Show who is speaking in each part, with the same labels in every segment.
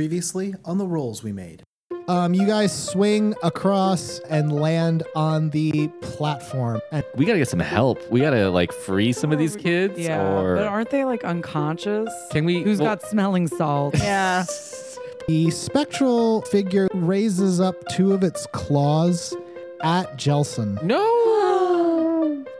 Speaker 1: Previously on the rolls we made.
Speaker 2: Um, you guys swing across and land on the platform. And
Speaker 3: We gotta get some help. We gotta like free some of these kids.
Speaker 4: Yeah,
Speaker 3: Or
Speaker 4: but aren't they like unconscious?
Speaker 3: can we?
Speaker 4: Who's
Speaker 3: well,
Speaker 4: got smelling salts?
Speaker 5: Yeah.
Speaker 2: the spectral figure raises up two of its claws at Jelson.
Speaker 3: No.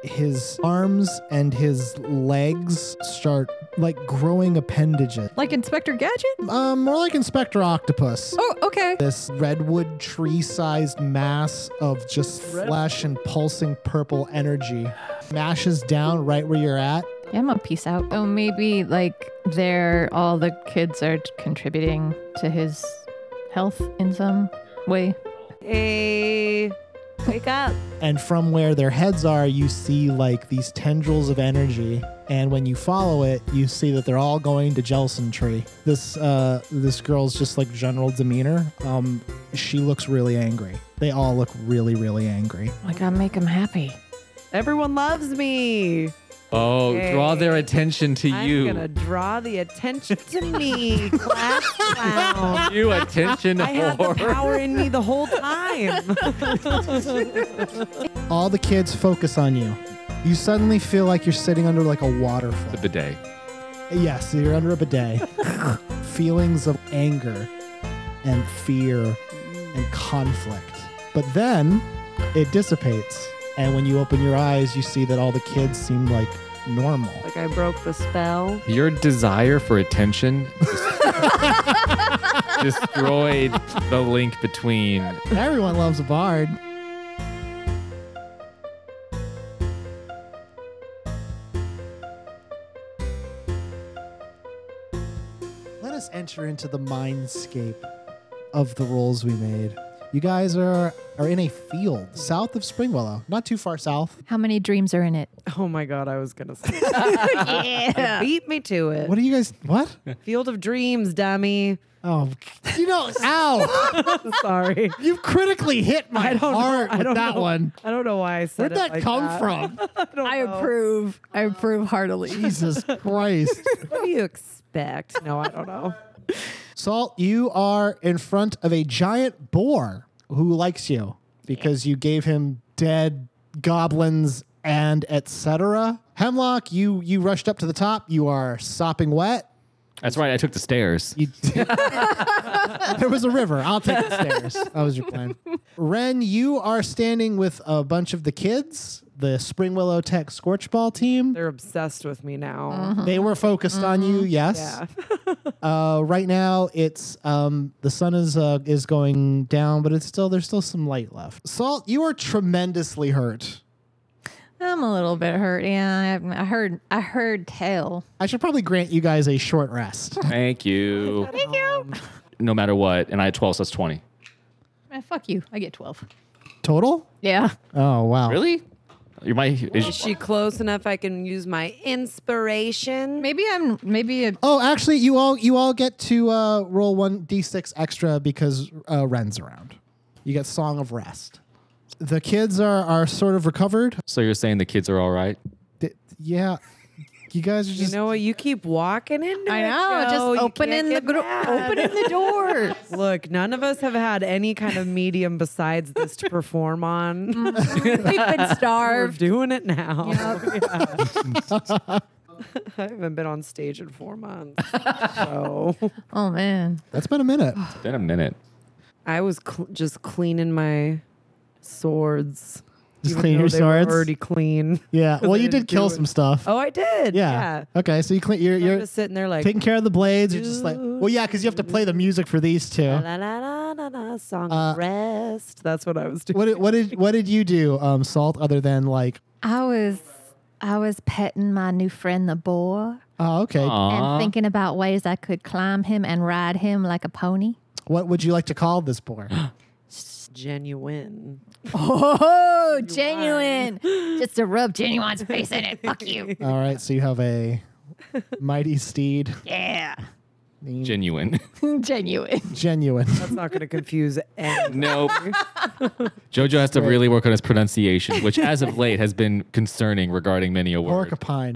Speaker 2: His arms and his legs start like growing appendages.
Speaker 5: Like Inspector Gadget?
Speaker 2: Um, more like Inspector Octopus.
Speaker 5: Oh, okay.
Speaker 2: This redwood tree sized mass of just flesh and pulsing purple energy mashes down right where you're at.
Speaker 6: Yeah, I'm a peace out. Oh, maybe like there, all the kids are contributing to his health in some way. Oh
Speaker 5: Hey, wake up.
Speaker 2: And from where their heads are, you see like these tendrils of energy. And when you follow it, you see that they're all going to Jelson Tree. This uh, this girl's just like general demeanor. Um, she looks really angry. They all look really, really angry.
Speaker 6: I gotta make him happy.
Speaker 4: Everyone loves me.
Speaker 3: Oh, draw their
Speaker 4: Hey.
Speaker 3: attention to
Speaker 4: I'm
Speaker 3: you.
Speaker 4: gonna draw the attention to me, class clown.
Speaker 3: You attention
Speaker 4: I had the
Speaker 3: whore.
Speaker 4: power in me the whole time.
Speaker 2: All the kids focus on you. You suddenly feel like you're sitting under like a waterfall.
Speaker 3: The bidet.
Speaker 2: Yes, you're under a bidet. Feelings of anger and fear and conflict. But then it dissipates. And when you open your eyes, you see that all the kids seem like normal.
Speaker 4: like I broke the spell.
Speaker 3: Your desire for attention destroyed the link between.
Speaker 2: Everyone loves a bard. Let us enter into the mindscape of the rolls we made. You guys are are in a field south of Springwillow, not too far south.
Speaker 6: How many dreams are in it?
Speaker 4: Oh my god, I was gonna say. yeah. Beat me to it.
Speaker 2: What are you guys? What?
Speaker 4: Field of Dreams, dummy.
Speaker 2: Oh, you know, ow!
Speaker 4: Sorry.
Speaker 2: you critically hit my
Speaker 4: I don't know-
Speaker 2: heart
Speaker 4: I
Speaker 2: with
Speaker 4: don't
Speaker 2: that
Speaker 4: know.
Speaker 2: one.
Speaker 4: I don't know why I
Speaker 2: Where'd
Speaker 4: said it
Speaker 2: that
Speaker 4: like
Speaker 2: come from?
Speaker 4: don't
Speaker 5: I
Speaker 4: know.
Speaker 5: approve. I approve heartily.
Speaker 2: Jesus Christ.
Speaker 4: What do you expect? No, I don't know.
Speaker 2: Salt, you are in front of a giant boar who likes you because you gave him dead goblins and etc. Hemlock, you you rushed up to the top. You are sopping wet.
Speaker 3: That's right. I took the stairs.
Speaker 2: You there was a river. I'll take the stairs. That was your plan. Ren, you are standing with a bunch of the kids, the Spring Willow Tech Scorchball team.
Speaker 4: They're obsessed with me now.
Speaker 6: Mm-hmm.
Speaker 2: They were focused on you, yes.
Speaker 4: Mm-hmm. Yeah.
Speaker 2: Uh, right now, it's um, the sun is uh, is going down, but it's still there's still some light left. Salt, you are tremendously hurt.
Speaker 6: I'm a little bit hurt. Yeah, I, I heard. I heard tell.
Speaker 2: I should probably grant you guys a short rest.
Speaker 3: Thank you. Thank
Speaker 6: Um,
Speaker 3: you. No matter what, and I had 12, so that's 20.
Speaker 6: Eh, fuck you. I get twelve.
Speaker 2: Total?
Speaker 6: Yeah.
Speaker 2: Oh wow!
Speaker 3: Really? You might.
Speaker 4: Is she close enough I can use my inspiration?
Speaker 6: Maybe I'm. Maybe a,
Speaker 2: Oh, actually, you all you all get to uh, roll one d6 extra because uh, Ren's around. You get Song of Rest. The kids are are sort of recovered.
Speaker 3: so you're saying the kids are all right?
Speaker 2: D- yeah, you guys are
Speaker 4: You
Speaker 2: just
Speaker 4: know what? You keep walking into
Speaker 6: I
Speaker 4: it,
Speaker 6: know.
Speaker 4: Joe.
Speaker 6: Just
Speaker 4: You
Speaker 6: opening the
Speaker 4: can't
Speaker 6: gro-
Speaker 4: get mad.
Speaker 6: opening the door.
Speaker 4: Look, none of us have had any kind of medium besides this to perform on.
Speaker 6: We've been
Speaker 4: We're
Speaker 6: starved.
Speaker 4: doing it now. Yeah. I haven't been on stage in four months. So
Speaker 6: Oh man.
Speaker 2: that's been a minute.
Speaker 3: It's been a minute.
Speaker 4: I was cl- just cleaning my swords.
Speaker 2: Just
Speaker 4: even
Speaker 2: clean
Speaker 4: though
Speaker 2: your
Speaker 4: they were
Speaker 2: swords?
Speaker 4: Already clean.
Speaker 2: Yeah. Well,
Speaker 4: I
Speaker 2: you
Speaker 4: didn't
Speaker 2: did kill
Speaker 4: do it.
Speaker 2: some stuff.
Speaker 4: Oh, I did.
Speaker 2: yeah. Okay, so you clean. You're
Speaker 4: You're
Speaker 2: you're
Speaker 4: just sitting there like
Speaker 2: taking care of the blades. You're just like, well, yeah, because you have to play the music for these two.
Speaker 4: La la la la la song
Speaker 2: Uh,
Speaker 4: rest. That's what I was doing.
Speaker 2: What did what did what did you do, um, Salt? Other than like,
Speaker 6: I was. I was petting my new friend, the boar,
Speaker 2: oh, okay.
Speaker 3: Aw.
Speaker 6: and thinking about ways I could climb him and ride him like a pony.
Speaker 2: What would you like to call this boar?
Speaker 4: Genuine.
Speaker 6: Oh, genuine. Just to rub genuine's face in it. Fuck you.
Speaker 2: All right, so you have a mighty steed,
Speaker 6: Yeah.
Speaker 3: Genuine.
Speaker 6: genuine.
Speaker 2: genuine.
Speaker 4: That's not going to confuse anyone.
Speaker 3: Nope. Jojo has to really work on his pronunciation, which as of late has been concerning regarding many a word.
Speaker 2: Porcupine.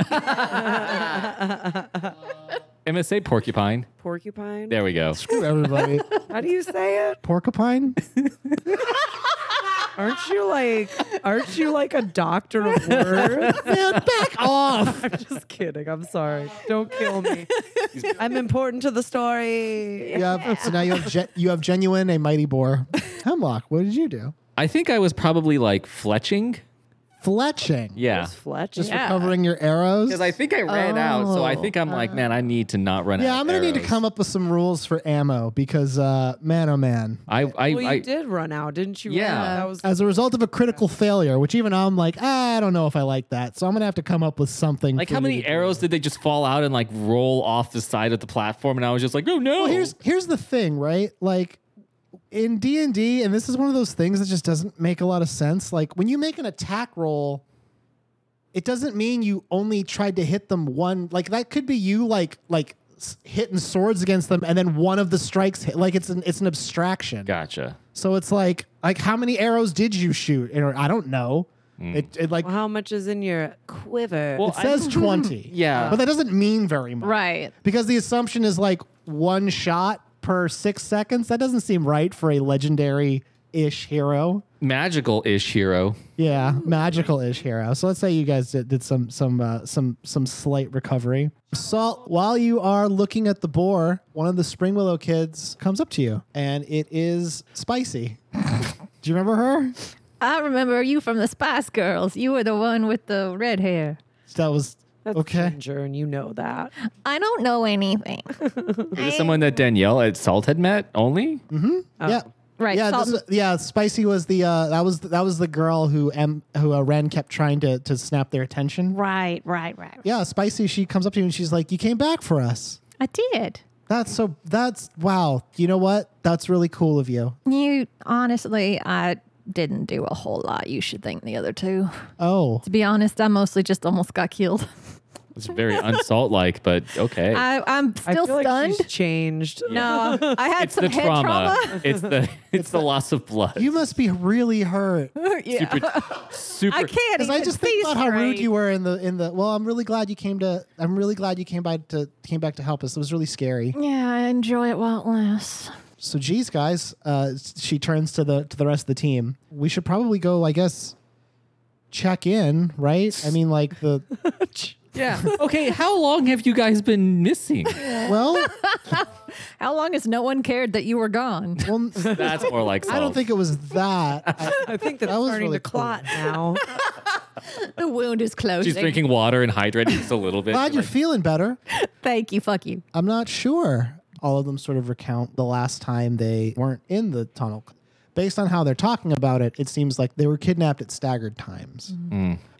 Speaker 3: MSA porcupine.
Speaker 4: Porcupine.
Speaker 3: There we go.
Speaker 2: Screw everybody.
Speaker 4: How do you say it?
Speaker 2: Porcupine?
Speaker 4: Aren't you like? Aren't you like a doctor of words?
Speaker 2: Back off.
Speaker 4: I'm just kidding. I'm sorry. Don't kill me. I'm important to the story.
Speaker 2: Yeah. So now you have ge- you have genuine a mighty boar. Hemlock, what did you do?
Speaker 3: I think I was probably like fletching.
Speaker 2: Fletching.
Speaker 3: Yeah.
Speaker 4: Fletch.
Speaker 2: Just
Speaker 4: Yeah.
Speaker 2: recovering your arrows.
Speaker 3: Because I think I ran out, so I
Speaker 6: Oh,
Speaker 3: think I'm like, man, I need to not run out.
Speaker 2: yeah, I'm gonna need to
Speaker 3: arrows."
Speaker 2: come up with some rules for ammo because uh, man, oh man.
Speaker 3: I, I,
Speaker 4: Well, you
Speaker 3: I
Speaker 4: did run out, didn't you?
Speaker 3: Yeah.
Speaker 4: Ryan? That was
Speaker 2: As a result of a critical failure, which even I'm like, ah, I don't know if I like that, so I'm gonna have to come up with something.
Speaker 3: like
Speaker 2: for
Speaker 3: how
Speaker 2: you
Speaker 3: many
Speaker 2: to do.
Speaker 3: arrows did they just fall out and like roll off the side of the platform? And I was just like, oh no.
Speaker 2: Well, here's here's the thing, right? Like in D and D, and this is one of those things that just doesn't make a lot of sense. Like when you make an attack roll, it doesn't mean you only tried to hit them one. Like that could be you like like s- hitting swords against them, and then one of the strikes hit. Like it's an it's an abstraction.
Speaker 3: gotcha.
Speaker 2: So it's like like how many arrows did you shoot? Or I don't know. It, it like
Speaker 4: Well, how much is in your quiver?
Speaker 3: Well,
Speaker 2: it says twenty.
Speaker 3: Yeah.
Speaker 2: but that doesn't mean very much
Speaker 6: Right.
Speaker 2: because the assumption is like one shot per six seconds. That doesn't seem right for a legendary ish hero.
Speaker 3: magical ish hero.
Speaker 2: Yeah, magical ish hero. So let's say you guys did, did some some uh, some some slight recovery. Salt. While you are looking at the boar, one of the Spring Willow kids comes up to you, and it is spicy. Do you remember her?
Speaker 6: I remember you from the Spice Girls. You were the one with the red hair.
Speaker 2: That was
Speaker 4: That's
Speaker 2: okay.
Speaker 4: Ginger, and you know that.
Speaker 6: I don't know anything.
Speaker 3: Is this someone that Danielle at Salt had met only?
Speaker 2: Yeah.
Speaker 6: Oh. Right.
Speaker 2: Yeah,
Speaker 6: Salt
Speaker 2: this, was- yeah. Spicy was the uh, that was that was the girl who M who uh, Ren kept trying to to snap their attention.
Speaker 6: Right, right, right.
Speaker 2: Yeah, Spicy. She comes up to you and she's like, "You came back for us.
Speaker 6: I did.
Speaker 2: That's so. That's wow. You know what? That's really cool of you.
Speaker 6: You honestly, I didn't do a whole lot. You should thank the other two.
Speaker 2: Oh,
Speaker 6: To be honest, I mostly just almost got killed.
Speaker 3: It's very unsalt like, but okay.
Speaker 6: I, I'm
Speaker 4: I
Speaker 6: still
Speaker 4: feel like
Speaker 6: stunned.
Speaker 4: she's changed.
Speaker 6: no, I had
Speaker 3: it's
Speaker 6: some
Speaker 3: the
Speaker 6: head
Speaker 3: trauma.
Speaker 6: trauma.
Speaker 3: It's the it's, the loss of blood.
Speaker 2: you must be really hurt.
Speaker 6: yeah.
Speaker 3: super, super.
Speaker 6: I can't
Speaker 2: Because
Speaker 6: even
Speaker 2: I just
Speaker 6: see
Speaker 2: think about how rude
Speaker 6: straight.
Speaker 2: you were in the in the. Well, I'm really glad you came to. I'm really glad you came by to came back to help us. It was really scary.
Speaker 6: Yeah, I enjoy it while it lasts.
Speaker 2: So, geez, guys. Uh, she turns to the to the rest of the team. We should probably go. I guess check in, right? I mean, like the
Speaker 3: Yeah. Okay. How long have you guys been missing?
Speaker 2: well,
Speaker 6: How long has no one cared that you were gone?
Speaker 2: well.
Speaker 3: That's more like salt.
Speaker 2: I don't think it was that. I-
Speaker 4: I think that's
Speaker 2: That was
Speaker 4: starting
Speaker 2: really
Speaker 4: to clot now.
Speaker 6: the wound is closing.
Speaker 3: she's drinking water and hydrating just a little bit.
Speaker 2: glad you're
Speaker 3: Like,
Speaker 2: feeling better.
Speaker 6: Thank you. Fuck you.
Speaker 2: I'm not sure. All of them sort of recount the last time they weren't in the tunnel. Based on how they're talking about it, it seems like they were kidnapped at staggered times.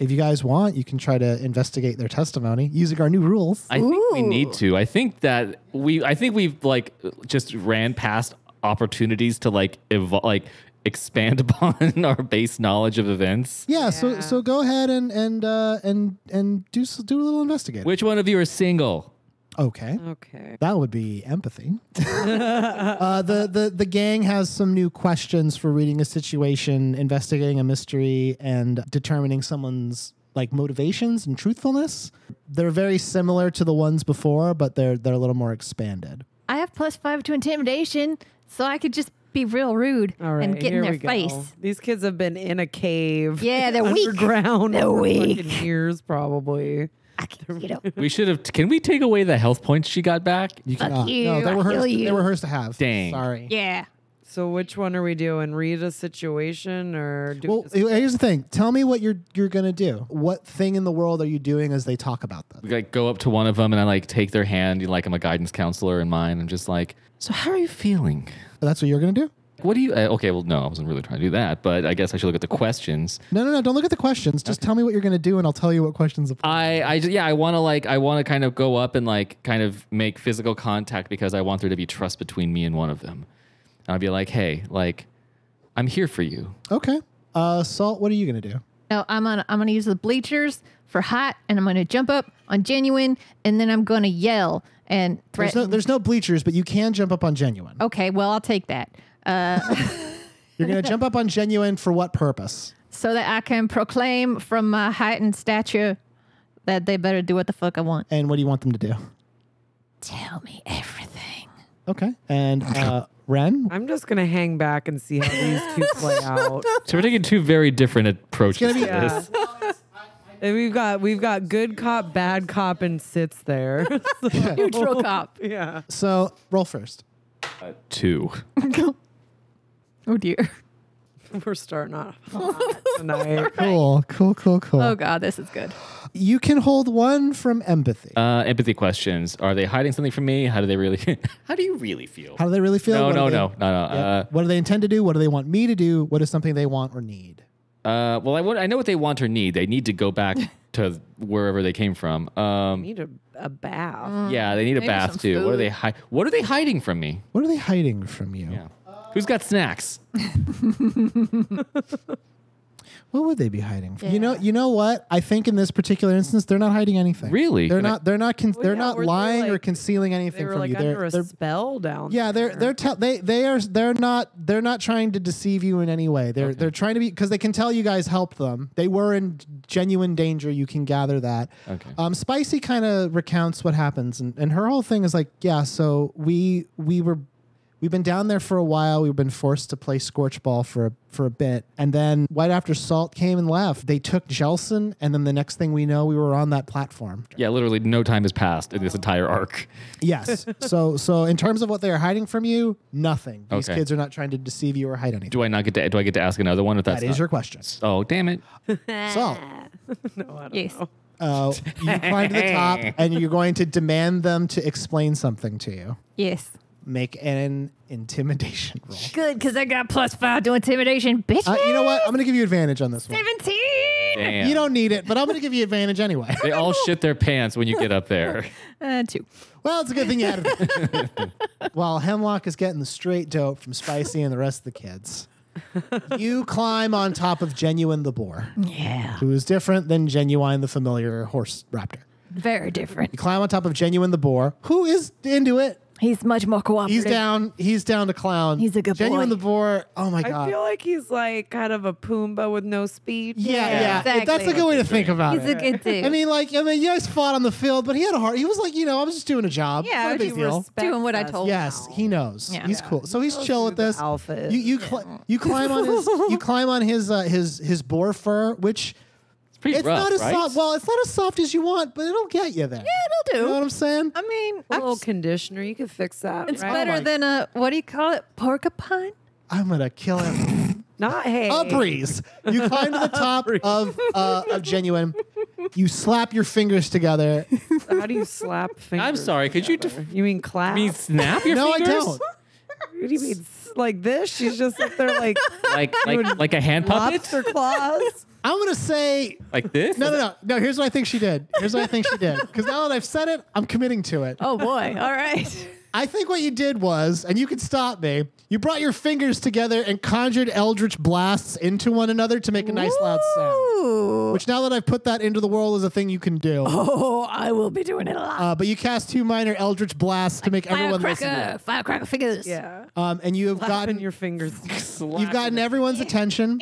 Speaker 2: If you guys want, you can try to investigate their testimony using our new rules.
Speaker 3: I think we need to. I think that we. I think we've like just ran past opportunities to like evolve, like expand upon our base knowledge of events.
Speaker 2: yeah, so so go ahead and and uh, and and do s- do a little investigate.
Speaker 3: Which one of you are single?
Speaker 2: Okay.
Speaker 4: Okay.
Speaker 2: That would be empathy. uh, the, the the gang has some new questions for reading a situation, investigating a mystery, and determining someone's like motivations and truthfulness. They're very similar to the ones before, but they're they're a little more expanded.
Speaker 6: I have plus five to intimidation, so I could just be real rude
Speaker 4: All right.
Speaker 6: and get in
Speaker 4: here
Speaker 6: their
Speaker 4: we go.
Speaker 6: face.
Speaker 4: These kids have been in a cave.
Speaker 6: Yeah, they're weak.
Speaker 4: underground.
Speaker 6: They're
Speaker 4: for
Speaker 6: weak.
Speaker 4: fucking Years probably.
Speaker 6: I can, you know,
Speaker 3: We should have. Can we take away the health points she got back?
Speaker 2: You
Speaker 6: Fuck
Speaker 2: cannot-
Speaker 6: you,
Speaker 2: No, they
Speaker 6: I
Speaker 2: were hers.
Speaker 6: kill
Speaker 2: They
Speaker 6: you.
Speaker 2: were hers to have.
Speaker 3: Dang.
Speaker 2: Sorry.
Speaker 6: yeah.
Speaker 4: So which one are we doing? Read a situation or do
Speaker 2: Well, here's the thing. Tell me what you're you're gonna do. What thing in the world are you doing as they talk about them?
Speaker 3: like go up to one of them and I like take their hand. You know, like I'm a guidance counselor in mine. I'm just like, so how are you feeling?
Speaker 2: That's what you're gonna do.
Speaker 3: What do you? Uh, okay, well, no, I wasn't really trying to do that, but I guess I should look at the questions.
Speaker 2: No, no, no. Don't look at the questions. Just tell me what you're gonna do, and I'll tell you what questions apply.
Speaker 3: I, I, ju- yeah, I want to like, I want to kind of go up and like, kind of make physical contact because I want there to be trust between me and one of them. And I'll be like, hey, like, I'm here for you.
Speaker 2: Okay. Uh, Salt, what are you gonna do?
Speaker 6: No, I'm gonna I'm gonna use the bleachers for hot, and I'm gonna jump up on genuine, and then I'm gonna yell and
Speaker 2: There's no,
Speaker 6: threaten.
Speaker 2: there's no bleachers, but you can jump up on genuine.
Speaker 6: okay, well I'll take that, uh,
Speaker 2: You're gonna jump up on genuine for what purpose?
Speaker 6: so that I can proclaim from my height and stature that they better do what the fuck I want.
Speaker 2: And what do you want them to do?
Speaker 6: Tell me everything.
Speaker 2: Okay. And uh, Ren,
Speaker 4: I'm just gonna hang back and see how these two play out.
Speaker 3: So we're taking two very different approaches
Speaker 2: be-
Speaker 3: to this.
Speaker 4: And we've got we've got good cop, bad cop, and sits there. So,
Speaker 6: Neutral cop.
Speaker 4: yeah.
Speaker 2: so roll first.
Speaker 3: Two.
Speaker 6: Oh dear.
Speaker 4: We're starting off hot tonight.
Speaker 2: Cool, cool, cool, cool.
Speaker 6: Oh god, this is good.
Speaker 2: You can hold one from empathy.
Speaker 3: Uh, empathy questions. Are they hiding something from me? How do they really? how do you really feel?
Speaker 2: How do they really feel?
Speaker 3: no,
Speaker 2: What do
Speaker 3: no,
Speaker 2: they-
Speaker 3: no, no, no, Uh,
Speaker 2: Yep. what do they intend to do? What do they want me to do? What is something they want or need?
Speaker 3: Uh, uh, well, I, want- I know what they want or need. They need to go back to wherever they came from. Um,
Speaker 4: Need a, a bath.
Speaker 3: yeah, they need a
Speaker 6: Maybe some
Speaker 3: bath too. What are they hi- What are they hiding from me?
Speaker 2: What are they hiding from you?
Speaker 3: Yeah. Who's got snacks?
Speaker 2: What would they be hiding from? You know,
Speaker 6: Yeah.
Speaker 2: you know what? I think in this particular instance, they're not hiding anything.
Speaker 3: Really?
Speaker 2: They're
Speaker 3: Can I-
Speaker 2: not. They're not. Con-
Speaker 4: Well,
Speaker 2: they're
Speaker 4: yeah,
Speaker 2: not
Speaker 4: were they,
Speaker 2: lying or
Speaker 4: like-
Speaker 2: concealing anything
Speaker 4: They were
Speaker 2: from
Speaker 4: like
Speaker 2: you.
Speaker 4: under
Speaker 2: They're,
Speaker 4: a
Speaker 2: they're
Speaker 4: spell down.
Speaker 2: yeah. They're
Speaker 4: there.
Speaker 2: they're tell they they are they're not they're not trying to deceive you in any way. They're they're trying to be because they can tell you guys helped them. They were in genuine danger. You can gather that.
Speaker 3: Okay.
Speaker 2: Um, Spicy kind of recounts what happens, and, and her whole thing is like, yeah, so we we were we've been down there for a while. We've been forced to play scorch ball for a, for a bit, and then right after Salt came and left, they took Jelson, and then the next thing we know, we were on that platform.
Speaker 3: Yeah, literally no time has passed in this entire arc.
Speaker 2: Yes. so so in terms of what they are hiding from you, nothing. These
Speaker 3: Okay.
Speaker 2: kids are not trying to deceive you or hide anything.
Speaker 3: Do I not get to? Do I get to ask another one? If that's
Speaker 2: That is
Speaker 3: not-
Speaker 2: your question.
Speaker 3: Oh damn it!
Speaker 2: Salt.
Speaker 4: No, I don't
Speaker 5: Yes.
Speaker 4: know.
Speaker 2: Uh, you climb to the top, and you're going to demand them to explain something to you.
Speaker 5: Yes.
Speaker 2: Make an intimidation roll.
Speaker 6: Good, because I got plus five to intimidation, bitch.
Speaker 2: Uh, you know what? I'm going to give you advantage on this one.
Speaker 6: Seventeen.
Speaker 3: Damn.
Speaker 2: You don't need it, but I'm going to give you advantage anyway.
Speaker 3: They all shit their pants when you get up there.
Speaker 6: Uh, two.
Speaker 2: Well, it's a good thing you had it. While Hemlock is getting the straight dope from Spicy and the rest of the kids, you climb on top of Genuine the boar,
Speaker 6: Yeah.
Speaker 2: who is different than Genuine the familiar horse raptor.
Speaker 6: Very different.
Speaker 2: You climb on top of Genuine the boar, who is into it.
Speaker 6: He's much more cooperative.
Speaker 2: He's down. He's down to clown.
Speaker 6: He's a good
Speaker 2: Genuine
Speaker 6: boy.
Speaker 2: the boar. Oh my
Speaker 4: I
Speaker 2: god.
Speaker 4: feel like he's like kind of a Pumbaa with no speech.
Speaker 2: yeah, yeah.
Speaker 6: Yeah,
Speaker 2: It- That's a
Speaker 6: exactly.
Speaker 2: good way to think about
Speaker 5: He's
Speaker 2: it.
Speaker 5: a good dude.
Speaker 2: I mean, like, I mean, you guys fought on the field, but he had a heart. He was like, you know, I was just doing a job. It's not
Speaker 4: How
Speaker 2: a
Speaker 4: do
Speaker 2: big
Speaker 4: you
Speaker 2: deal.
Speaker 4: respect
Speaker 6: Doing what I
Speaker 4: us
Speaker 6: told
Speaker 2: Yes,
Speaker 4: now?
Speaker 2: he knows.
Speaker 6: Yeah.
Speaker 2: He's cool. So he's chill with
Speaker 4: who the
Speaker 2: this.
Speaker 4: alpha is.
Speaker 2: You you cli- you climb on his you climb on his uh, his his boar fur, which
Speaker 3: It's pretty
Speaker 2: it's
Speaker 3: rough,
Speaker 2: not as
Speaker 3: right?
Speaker 2: soft. Well, it's not as soft as you want, but it'll get you there.
Speaker 6: Yeah,
Speaker 2: You
Speaker 6: it'll
Speaker 2: know
Speaker 6: do.
Speaker 2: what I'm saying?
Speaker 6: I mean,
Speaker 4: A little
Speaker 6: I've-
Speaker 4: conditioner, you could fix that.
Speaker 6: it's
Speaker 4: right?
Speaker 2: Oh
Speaker 6: better than a what do you call it? Porcupine.
Speaker 2: I'm gonna kill him.
Speaker 4: Not hay.
Speaker 2: a breeze. You climb to the top of uh, of genuine. You slap your fingers together.
Speaker 4: How do you slap fingers?
Speaker 3: I'm sorry. Could you
Speaker 4: together?
Speaker 3: def-
Speaker 4: You mean clap?
Speaker 3: I mean, snap your
Speaker 2: no,
Speaker 3: fingers?
Speaker 2: I don't.
Speaker 4: What do you mean s- like this? She's just up there like
Speaker 3: Like like like a hand puppet?
Speaker 4: lobster claws.
Speaker 2: I'm gonna say
Speaker 3: Like this?
Speaker 2: no, no, no, no. Here's what I think she did. Here's what I think she did. Because now that I've said it, I'm committing to it.
Speaker 6: Oh boy. All right.
Speaker 2: I think what you did was, and you can stop me. You brought your fingers together and conjured eldritch blasts into one another to make a nice loud sound.
Speaker 6: Ooh.
Speaker 2: Which now that I've put that into the world is a thing you can do.
Speaker 6: Oh, I will be doing it a lot.
Speaker 2: Uh, but you cast two minor eldritch blasts to make everyone listen.
Speaker 6: Firecracker, firecracker fingers.
Speaker 4: Yeah.
Speaker 2: To it. Um, and you have
Speaker 4: Clapping
Speaker 2: gotten
Speaker 4: your fingers.
Speaker 2: you've gotten everyone's attention.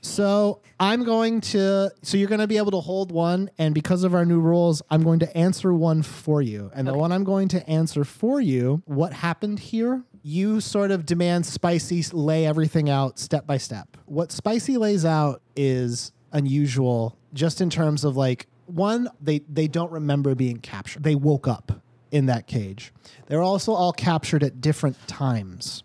Speaker 2: So I'm going to. So you're going to be able to hold one, and because of our new rules, I'm going to answer one for you. And the one I'm going to answer for you, what happened here? You sort of demand Spicy lay everything out step by step. What Spicy lays out is unusual, just in terms of like one, they they don't remember being captured. They woke up in that cage. They're also all captured at different times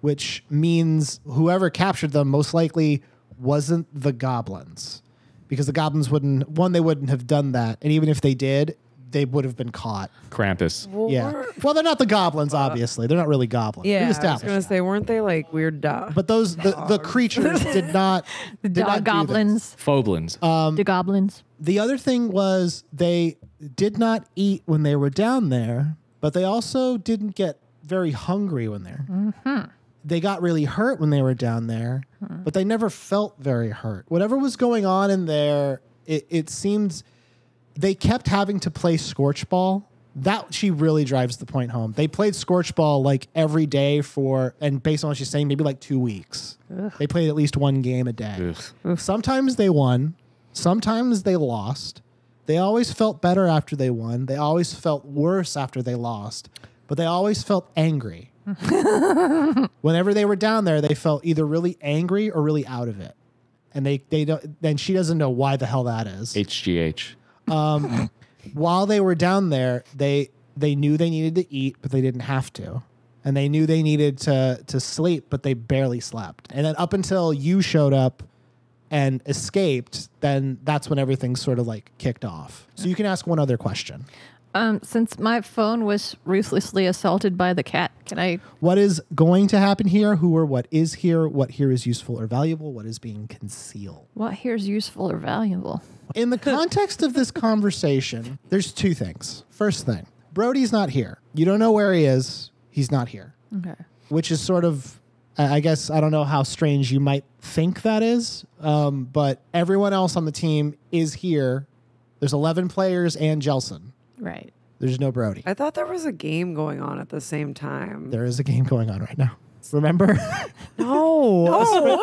Speaker 2: which means whoever captured them most likely wasn't the goblins because the goblins wouldn't one they wouldn't have done that and even if they did they would have been caught
Speaker 3: Krampus.
Speaker 2: yeah well they're not the goblins obviously they're not really goblins We've
Speaker 4: Yeah. I was
Speaker 2: established
Speaker 4: gonna
Speaker 2: that.
Speaker 4: say, weren't they like weird dogs?
Speaker 2: but those the, the creatures did not the did not
Speaker 6: Dog
Speaker 2: do this. Um,
Speaker 6: goblins.
Speaker 3: Phoblins.
Speaker 2: Uh,
Speaker 6: the goblins.
Speaker 2: the other thing was they did not eat when they were down there, but they also didn't get very hungry when they're. They got really hurt when they were down there, but they never felt very hurt. Whatever was going on in there, it, it seemed they kept having to play scorch ball. That she really drives the point home. They played scorch ball like every day for, and based on what she's saying, maybe like two weeks. They played at least one game a day. Sometimes they won, sometimes they lost. They always felt better after they won. They always felt worse after they lost, but they always felt angry. Whenever they were down there, they felt either really angry or really out of it. And they, they don't, then she doesn't know why the hell that is
Speaker 3: HGH.
Speaker 2: while they were down there, they they knew they needed to eat, but they didn't have to. And they knew they needed to to sleep, but they barely slept. And then up until you showed up and escaped, then that's when everything sort of like kicked off. So you can ask one other question.
Speaker 6: Um, since my phone was ruthlessly assaulted by the cat, can I?
Speaker 2: What is going to happen here? Who or what is here? What here is useful or valuable? What is being concealed?
Speaker 6: What here is useful or valuable?
Speaker 2: In the context of this conversation, there's two things. First thing, Brody's not here. You don't know where he is. He's not here.
Speaker 6: Okay.
Speaker 2: which is sort of i I guess i don't know how strange you might think that is um, but everyone else on the team is here there's 11 players and jelson
Speaker 6: Right.
Speaker 2: there's no brody
Speaker 4: I thought there was a game going on at the same time.
Speaker 2: there is a game going on right now remember
Speaker 4: No.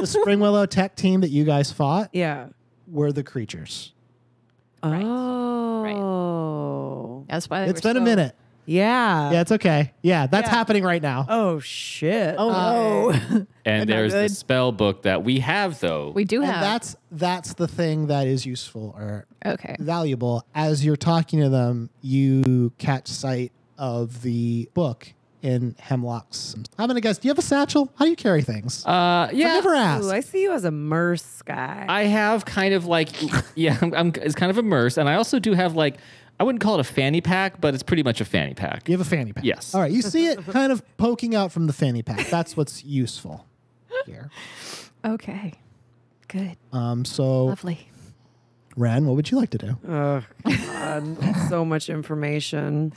Speaker 2: the spring willow tech team that you guys fought
Speaker 4: yeah.
Speaker 2: were the creatures
Speaker 6: Right.
Speaker 4: Oh.
Speaker 6: That's why they
Speaker 2: it's
Speaker 6: were
Speaker 2: been a
Speaker 6: so-
Speaker 2: minute
Speaker 4: Yeah.
Speaker 2: yeah it's okay yeah that's
Speaker 4: Yeah.
Speaker 2: happening right now
Speaker 4: Oh shit.
Speaker 6: Oh no,
Speaker 3: And
Speaker 6: not
Speaker 3: there's the
Speaker 6: good.
Speaker 3: spell book that we have though.
Speaker 6: we do
Speaker 2: and
Speaker 6: have. Oh,
Speaker 2: that's that's the thing that is useful or
Speaker 6: okay.
Speaker 2: valuable. As you're talking to them, you catch sight of the book in Hemlock's. I'm gonna guess. Do you have a satchel? How do you carry things?
Speaker 3: uh, yeah.
Speaker 2: I never asked.
Speaker 4: Ooh, I see you as a merce guy.
Speaker 3: I have kind of like, yeah, I'm, I'm it's kind of immersed, and I also do have like, I wouldn't call it a fanny pack, but it's pretty much a fanny pack.
Speaker 2: you have a fanny pack.
Speaker 3: Yes.
Speaker 2: All right. You see it kind of poking out from the fanny pack. That's what's useful here.
Speaker 6: Okay. Good.
Speaker 2: Um. So,
Speaker 6: Lovely.
Speaker 2: Ren, what would you like to do?
Speaker 3: Mm,
Speaker 4: Ugh, God, so much information.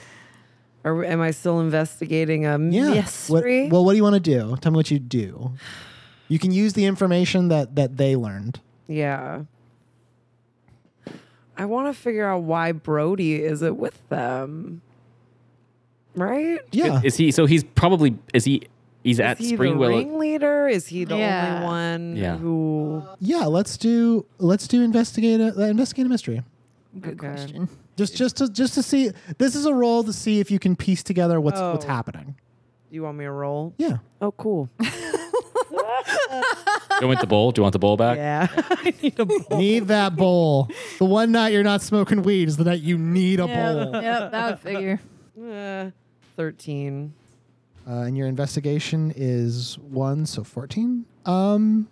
Speaker 4: Are, am I still investigating a
Speaker 2: What,
Speaker 4: mystery?
Speaker 2: well, what do you want to do? Tell me what you do. You can use the information that that they learned.
Speaker 4: yeah. I want to figure out why Brody isn't with them. Right?
Speaker 2: Yeah.
Speaker 3: Is he? So he's probably is he? He's at
Speaker 4: Is he
Speaker 3: Spring
Speaker 4: the
Speaker 3: Willow.
Speaker 4: ringleader? Is he the
Speaker 6: Yeah.
Speaker 4: only one
Speaker 3: Yeah.
Speaker 4: who?
Speaker 2: yeah. Let's do. Let's do investigate a uh, investigate a mystery.
Speaker 6: Good
Speaker 4: Okay.
Speaker 6: question.
Speaker 2: Just just to just to see this is a roll to see if you can piece together what's what's
Speaker 4: Oh.
Speaker 2: happening.
Speaker 4: You want me to roll?
Speaker 2: Yeah.
Speaker 4: Oh, cool.
Speaker 3: Do you want the bowl? Do you want the bowl back?
Speaker 4: yeah, I need a bowl.
Speaker 2: Need that bowl. The one night you're not smoking weed is the night you need a
Speaker 3: Oh.
Speaker 2: bowl.
Speaker 6: Yep, that would figure.
Speaker 4: Uh, Thirteen.
Speaker 2: Uh, and your investigation is one, so fourteen. Um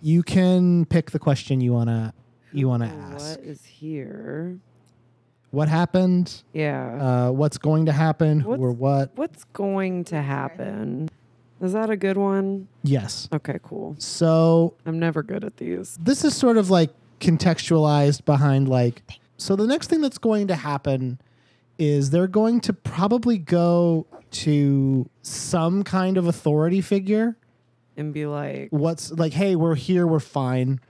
Speaker 2: you can pick the question you wanna you wanna ask.
Speaker 4: What is here?
Speaker 2: What happened?
Speaker 4: Yeah.
Speaker 2: Uh, what's going to happen?
Speaker 4: What's-
Speaker 2: or what?
Speaker 4: What's going to happen? Is that a good one?
Speaker 2: Yes.
Speaker 4: Okay, cool.
Speaker 2: So
Speaker 4: I'm never good at these.
Speaker 2: this is sort of like contextualized behind like so the next thing that's going to happen is they're going to probably go to some kind of authority figure
Speaker 4: And be like,
Speaker 2: what's like hey we're here we're fine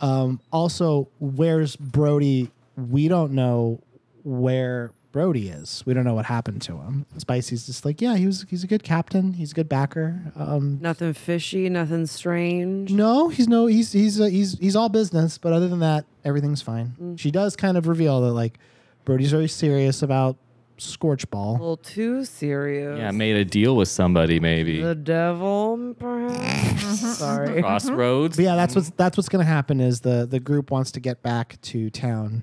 Speaker 2: um also where's brody we don't know where brody is we don't know what happened to him spicy's just like yeah he was he's a good captain he's a good backer um
Speaker 4: nothing fishy, nothing strange.
Speaker 2: no, he's no, he's he's uh, he's he's all business. But other than that, everything's fine. She does kind of reveal that like Brody's very serious about
Speaker 4: A
Speaker 2: Scorchball.
Speaker 4: little too serious.
Speaker 3: Yeah, made a deal with somebody maybe.
Speaker 4: the devil, perhaps. Sorry.
Speaker 3: Crossroads.
Speaker 2: But yeah, that's what's that's what's gonna happen is the the group wants to get back to town.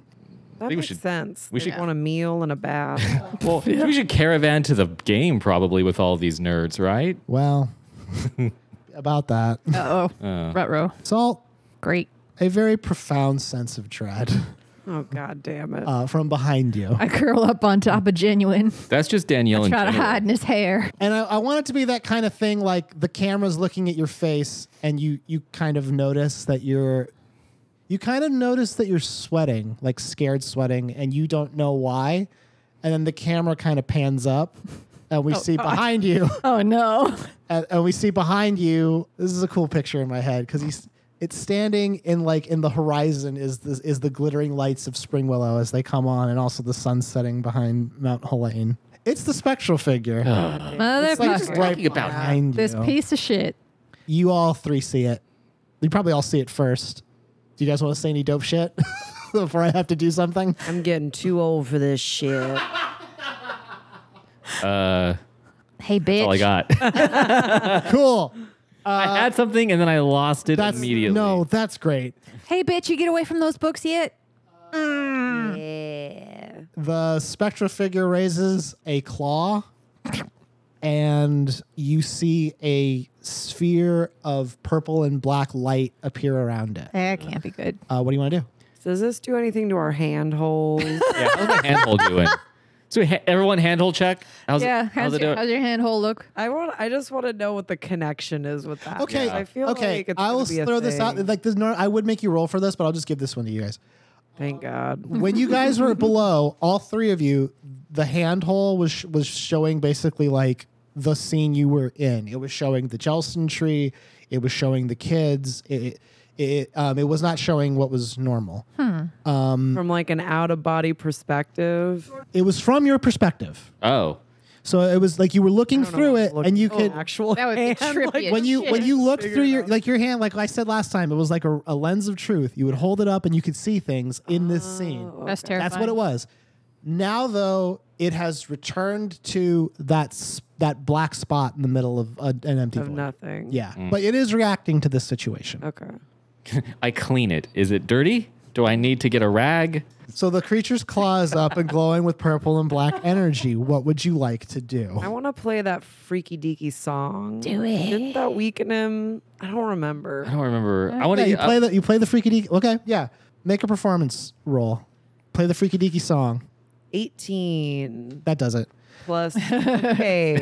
Speaker 4: That
Speaker 3: we
Speaker 4: makes
Speaker 3: should-
Speaker 4: sense.
Speaker 3: we
Speaker 4: They
Speaker 3: should-
Speaker 4: want a meal and a bath.
Speaker 3: Well, we should caravan to the game probably with all these nerds, right?
Speaker 2: Well, about that,
Speaker 6: Uh oh. Rutro.
Speaker 2: salt
Speaker 6: Great.
Speaker 2: a very profound sense of dread
Speaker 4: oh God damn it!
Speaker 2: uh, from behind you.
Speaker 6: I curl up on top of genuine,
Speaker 3: That's just Danielle and
Speaker 6: try to hide in his hair.
Speaker 2: And I, I want it to be that kind of thing, like the camera's looking at your face, and you you kind of notice that you're, you kind of notice that you're sweating, like scared sweating, and you don't know why. And then the camera kind of pans up, and we see behind you,
Speaker 6: Oh no.
Speaker 2: and, and we see behind you. This is a cool picture in my head because he's it's standing in like in the horizon is the, is the glittering lights of Spring Willow as they come on, and also the sun setting behind Mount Helene. It's the spectral figure.
Speaker 6: Motherfucker.
Speaker 3: talking about that.
Speaker 2: behind
Speaker 6: this
Speaker 2: you.
Speaker 6: piece of shit.
Speaker 2: You all three see it. You probably all see it first. Do you guys want to say any dope shit? before I have to do something.
Speaker 4: I'm getting too old for this shit.
Speaker 6: Hey, bitch.
Speaker 3: That's all I got.
Speaker 2: Cool.
Speaker 3: I had something and then I lost it
Speaker 2: That's
Speaker 3: immediately.
Speaker 2: no, that's great.
Speaker 5: Hey, bitch, you get away from those books yet?
Speaker 2: The spectra figure raises a claw, and you see a sphere of purple and black light appear around it.
Speaker 6: That Eh, can't be good.
Speaker 2: Uh, what do you want to do?
Speaker 4: Does this do anything to our handhold?
Speaker 3: Yeah, how's my handhold doing? So ha- everyone handhold check. How's
Speaker 6: yeah.
Speaker 3: it,
Speaker 6: How's,
Speaker 3: how's, it
Speaker 6: your,
Speaker 3: doing?
Speaker 6: how's your handhold look?
Speaker 4: I want. I just want to know what the connection is with that.
Speaker 2: Okay,
Speaker 4: I feel
Speaker 2: okay.
Speaker 4: like it's
Speaker 2: I
Speaker 4: gonna
Speaker 2: will
Speaker 4: be a
Speaker 2: throw this out.
Speaker 4: thing.
Speaker 2: Like, there's no. I would make you roll for this, but I'll just give this one to you guys.
Speaker 4: Thank God.
Speaker 2: when you guys were below, all three of you, the hand hole was was showing basically like the scene you were in. It was showing the Jelson tree. It was showing the kids. It it, it, um, it was not showing what was normal. Hmm.
Speaker 4: From like an out of body perspective.
Speaker 2: It was from your perspective.
Speaker 3: Oh,
Speaker 2: So it was like you were looking through it,
Speaker 4: Look,
Speaker 2: and you
Speaker 4: oh,
Speaker 2: could
Speaker 4: actual.
Speaker 6: That would be
Speaker 4: hand,
Speaker 6: trippy
Speaker 4: like,
Speaker 6: as
Speaker 2: when you when
Speaker 6: Shit.
Speaker 2: you looked
Speaker 4: Figure
Speaker 2: through
Speaker 4: it
Speaker 2: your
Speaker 4: out.
Speaker 2: like your hand, like I said last time, it was like a, a lens of truth. You would hold it up, and you could see things in this scene.
Speaker 6: That's terrifying.
Speaker 2: That's what it was. Now though, it has returned to that s- that black spot in the middle of a, an empty
Speaker 4: of
Speaker 2: void.
Speaker 4: nothing. Oh.
Speaker 2: Yeah, but it is reacting to this situation.
Speaker 4: Okay.
Speaker 3: I clean it. Is it dirty? Do I need to get a rag?
Speaker 2: So the creature's claw is up and glowing with purple and black energy. What would you like to
Speaker 4: I
Speaker 2: do?
Speaker 4: want to play that freaky deaky song. Do it. Didn't that weaken him? I don't remember.
Speaker 3: I don't remember. I want
Speaker 2: Yeah,
Speaker 3: to
Speaker 2: you
Speaker 3: get up.
Speaker 2: play the you play the freaky deaky. Okay, yeah, make a performance roll. Play the freaky deaky song.
Speaker 4: 18
Speaker 2: That does it.
Speaker 4: plus okay.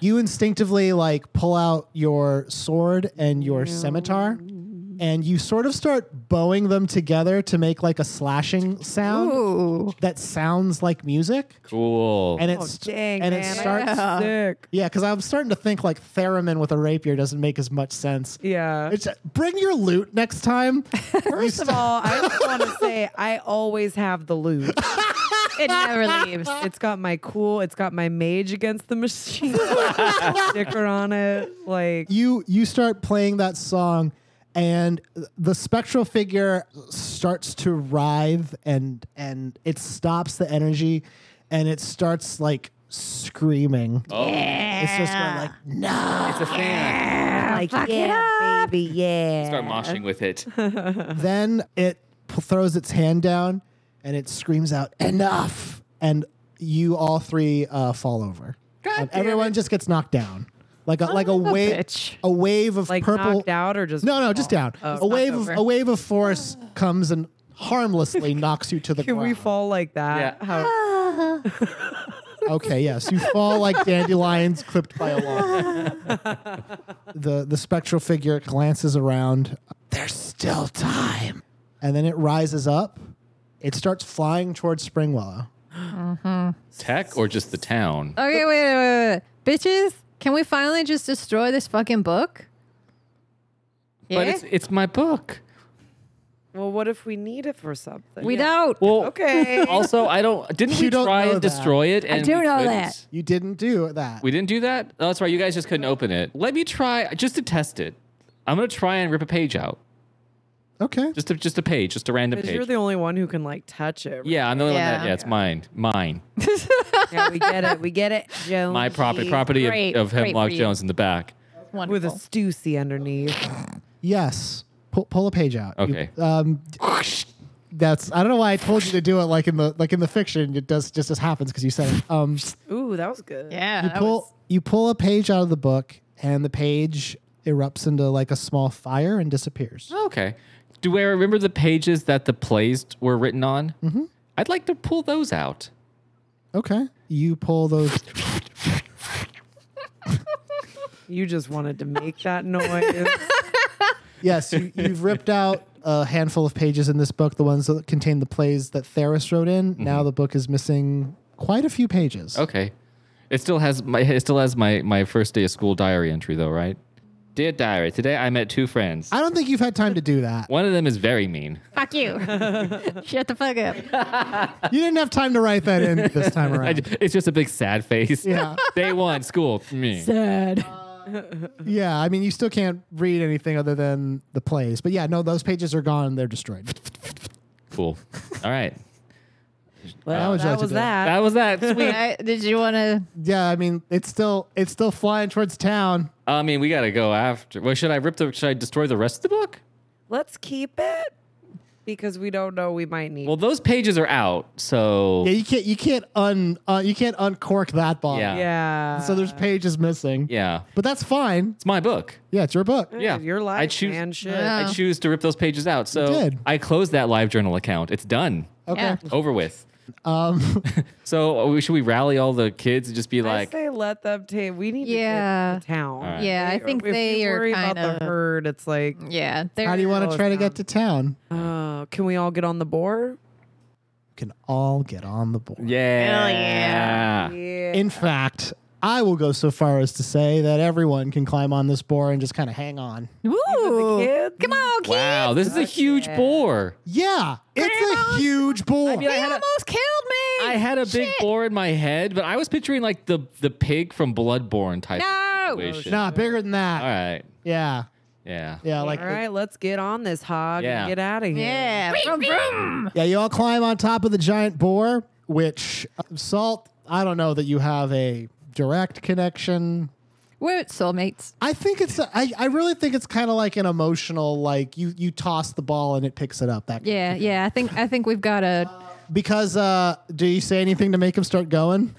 Speaker 2: you instinctively like pull out your sword and your scimitar and you sort of start bowing them together to make like a slashing sound
Speaker 5: Ooh.
Speaker 2: that sounds like music
Speaker 3: cool.
Speaker 2: and it's
Speaker 4: oh dang
Speaker 2: and
Speaker 4: man,
Speaker 2: it starts
Speaker 4: I'm sick.
Speaker 2: yeah because i'm starting to think like theremin with a rapier doesn't make as much sense
Speaker 4: Yeah.
Speaker 2: it's, bring your loot next time
Speaker 4: First of all, Oh, I just want to say I always have the loot.
Speaker 6: It never leaves.
Speaker 4: It's got my cool. It's got my mage against the machine sticker on it. Like
Speaker 2: you you start playing that song and the spectral figure starts to writhe and and it stops the energy and it starts like screaming
Speaker 3: oh,
Speaker 2: it's just going like
Speaker 3: it's a fan.
Speaker 4: like "Ah, yeah, baby, yeah.
Speaker 3: Start moshing with it.
Speaker 2: then it p- throws its hand down and it screams out enough and you all three uh, fall over and everyone just gets knocked down like a like a wave
Speaker 6: bitch.
Speaker 2: a wave of
Speaker 4: Like
Speaker 2: purple
Speaker 4: knocked out or just
Speaker 2: No, no, just down.
Speaker 4: Oh,
Speaker 2: a wave of
Speaker 6: over.
Speaker 2: a wave of force comes and harmlessly knocks you to the
Speaker 4: Can
Speaker 2: ground.
Speaker 4: we fall like that?
Speaker 3: Yeah.
Speaker 4: How,
Speaker 2: Okay, yes, you fall like dandelions clipped by a log. the the spectral figure glances around. There's still time, and then it rises up. It starts flying towards Springwellow.
Speaker 3: Tech or just the town?
Speaker 6: Okay, wait, wait, wait, wait. Bitches, can we finally just destroy this fucking book? Yeah.
Speaker 3: But it's it's my book.
Speaker 4: well, what if we need it for something?
Speaker 6: we don't.
Speaker 3: Well,
Speaker 4: Okay.
Speaker 3: Also, I don't. Didn't
Speaker 2: You
Speaker 3: we
Speaker 2: don't
Speaker 3: try
Speaker 2: know
Speaker 3: and
Speaker 2: that.
Speaker 3: destroy it? And
Speaker 5: do
Speaker 3: we
Speaker 5: know
Speaker 3: couldn't?
Speaker 5: that.
Speaker 2: You didn't do that.
Speaker 3: We didn't do that. Oh, that's right. You guys just couldn't open it. Let me try just to test it. I'm gonna try and rip a page out.
Speaker 2: okay.
Speaker 3: Just a, just a page. Just a random
Speaker 4: Because
Speaker 3: page.
Speaker 4: you're the only one who can like touch it. right?
Speaker 3: yeah, I'm the only one that.
Speaker 6: Yeah.
Speaker 3: Yeah, it's mine. Mine.
Speaker 4: Yeah, we get it. We get it, Joan.
Speaker 3: My property. Property
Speaker 6: Great,
Speaker 3: of, of
Speaker 6: great
Speaker 3: Hemlock
Speaker 6: for you.
Speaker 3: Jones in the back.
Speaker 6: Wonderful.
Speaker 4: With a Stussy underneath.
Speaker 2: Yes. Pull, pull a page out. You-
Speaker 3: Okay.
Speaker 2: um, that's I don't know why I told you to do it like in the like in the fiction. It does just as happens because you said it. Um,
Speaker 4: Ooh, that was good.
Speaker 6: yeah.
Speaker 2: you
Speaker 6: that
Speaker 2: pull
Speaker 6: was-
Speaker 2: you pull a page out of the book, and the page erupts into like a small fire and disappears.
Speaker 3: Okay. Do I remember the pages that the plays were written on? Mm-hmm. I'd like to pull those out.
Speaker 6: Oh.
Speaker 2: Okay. You pull those.
Speaker 4: You just wanted to make that noise.
Speaker 2: yes, you, you've ripped out a handful of pages in this book, the ones that contain the plays that Theris wrote in.
Speaker 6: Mm-hmm.
Speaker 2: Now the book is missing quite a few pages.
Speaker 6: Oh.
Speaker 3: Okay. It still has my it still has my my first day of school diary entry though, right? Dear diary, today I met two friends.
Speaker 2: I don't think you've had time to do that.
Speaker 3: One of them is very mean.
Speaker 6: Fuck you. Shut the fuck up.
Speaker 2: You didn't have time to write that in this time
Speaker 3: I
Speaker 2: around.
Speaker 3: ju- it's just a big sad face.
Speaker 2: Yeah.
Speaker 3: Day one, school. Me.
Speaker 6: Sad.
Speaker 2: Yeah, I mean, you still can't read anything other than the plays. But yeah, no, those pages are gone. They're destroyed.
Speaker 3: Cool. All right.
Speaker 4: Well,
Speaker 2: would you
Speaker 4: that
Speaker 2: like to
Speaker 4: was
Speaker 2: do?
Speaker 4: that.
Speaker 3: That was that. Sweet.
Speaker 6: I- did you want to?
Speaker 2: Yeah, I mean, it's still it's still flying towards town.
Speaker 3: I mean, we gotta go after. Well, should I rip the? Should I destroy the rest of the book?
Speaker 4: Let's keep it because we don't know we might need.
Speaker 3: Well, those pages are out, so
Speaker 2: Yeah, you can't you can't un uh, you can't uncork that bottle.
Speaker 3: Yeah.
Speaker 4: yeah.
Speaker 2: So there's pages missing.
Speaker 3: yeah,
Speaker 2: But that's fine.
Speaker 3: it's my book.
Speaker 2: Yeah, it's your book.
Speaker 3: Yeah,
Speaker 4: your life,
Speaker 3: I choose.
Speaker 4: man. Shit.
Speaker 6: Yeah.
Speaker 3: I choose to rip those pages out. So
Speaker 2: did.
Speaker 3: I closed that live journal account. It's done.
Speaker 2: Okay.
Speaker 6: Yeah.
Speaker 3: Over with. Um. so uh, we- should we rally all the kids and just be
Speaker 4: I
Speaker 3: like,
Speaker 4: say let them take. We need
Speaker 6: Yeah.
Speaker 4: to get to town.
Speaker 3: right.
Speaker 6: Yeah, I
Speaker 4: If
Speaker 6: think
Speaker 4: we
Speaker 6: they are Mm.
Speaker 4: worry
Speaker 6: kind
Speaker 4: about
Speaker 6: of.
Speaker 4: the herd. It's like,
Speaker 6: Yeah. They're,
Speaker 2: How do you want to try to get to town?
Speaker 4: uh, can we all get on the board?
Speaker 2: Can all get on the board.
Speaker 3: yeah, yeah,
Speaker 4: Yeah.
Speaker 2: In fact, I will go so far as to say that everyone can climb on this board and just kind of hang on.
Speaker 4: The
Speaker 6: Ooh.
Speaker 4: kids?
Speaker 5: Come on, kid.
Speaker 3: Wow, this is a huge bore.
Speaker 2: Yeah, it's a huge board.
Speaker 3: mean, I
Speaker 5: He
Speaker 3: had a-
Speaker 5: almost killed me.
Speaker 3: I had a big bore in my head, but I was picturing like the the pig from Bloodborne type
Speaker 5: No.
Speaker 3: situation.
Speaker 2: Nah, bigger than that.
Speaker 3: All right.
Speaker 2: Yeah,
Speaker 3: Yeah.
Speaker 2: yeah, like
Speaker 4: all right, let's get on this hog
Speaker 3: Yeah.
Speaker 4: and get out of here.
Speaker 6: Yeah. vroom, vroom.
Speaker 2: Yeah, you all climb on top of the giant boar, which uh, salt. I don't know that you have a direct connection.
Speaker 6: We're soulmates.
Speaker 2: I think it's. a- I I really think it's kind of like an emotional. Like you you toss the ball and it picks it up. That kind of-
Speaker 6: Yeah. Yeah. I think I think we've got a.
Speaker 2: because uh, do you say anything to make him start going?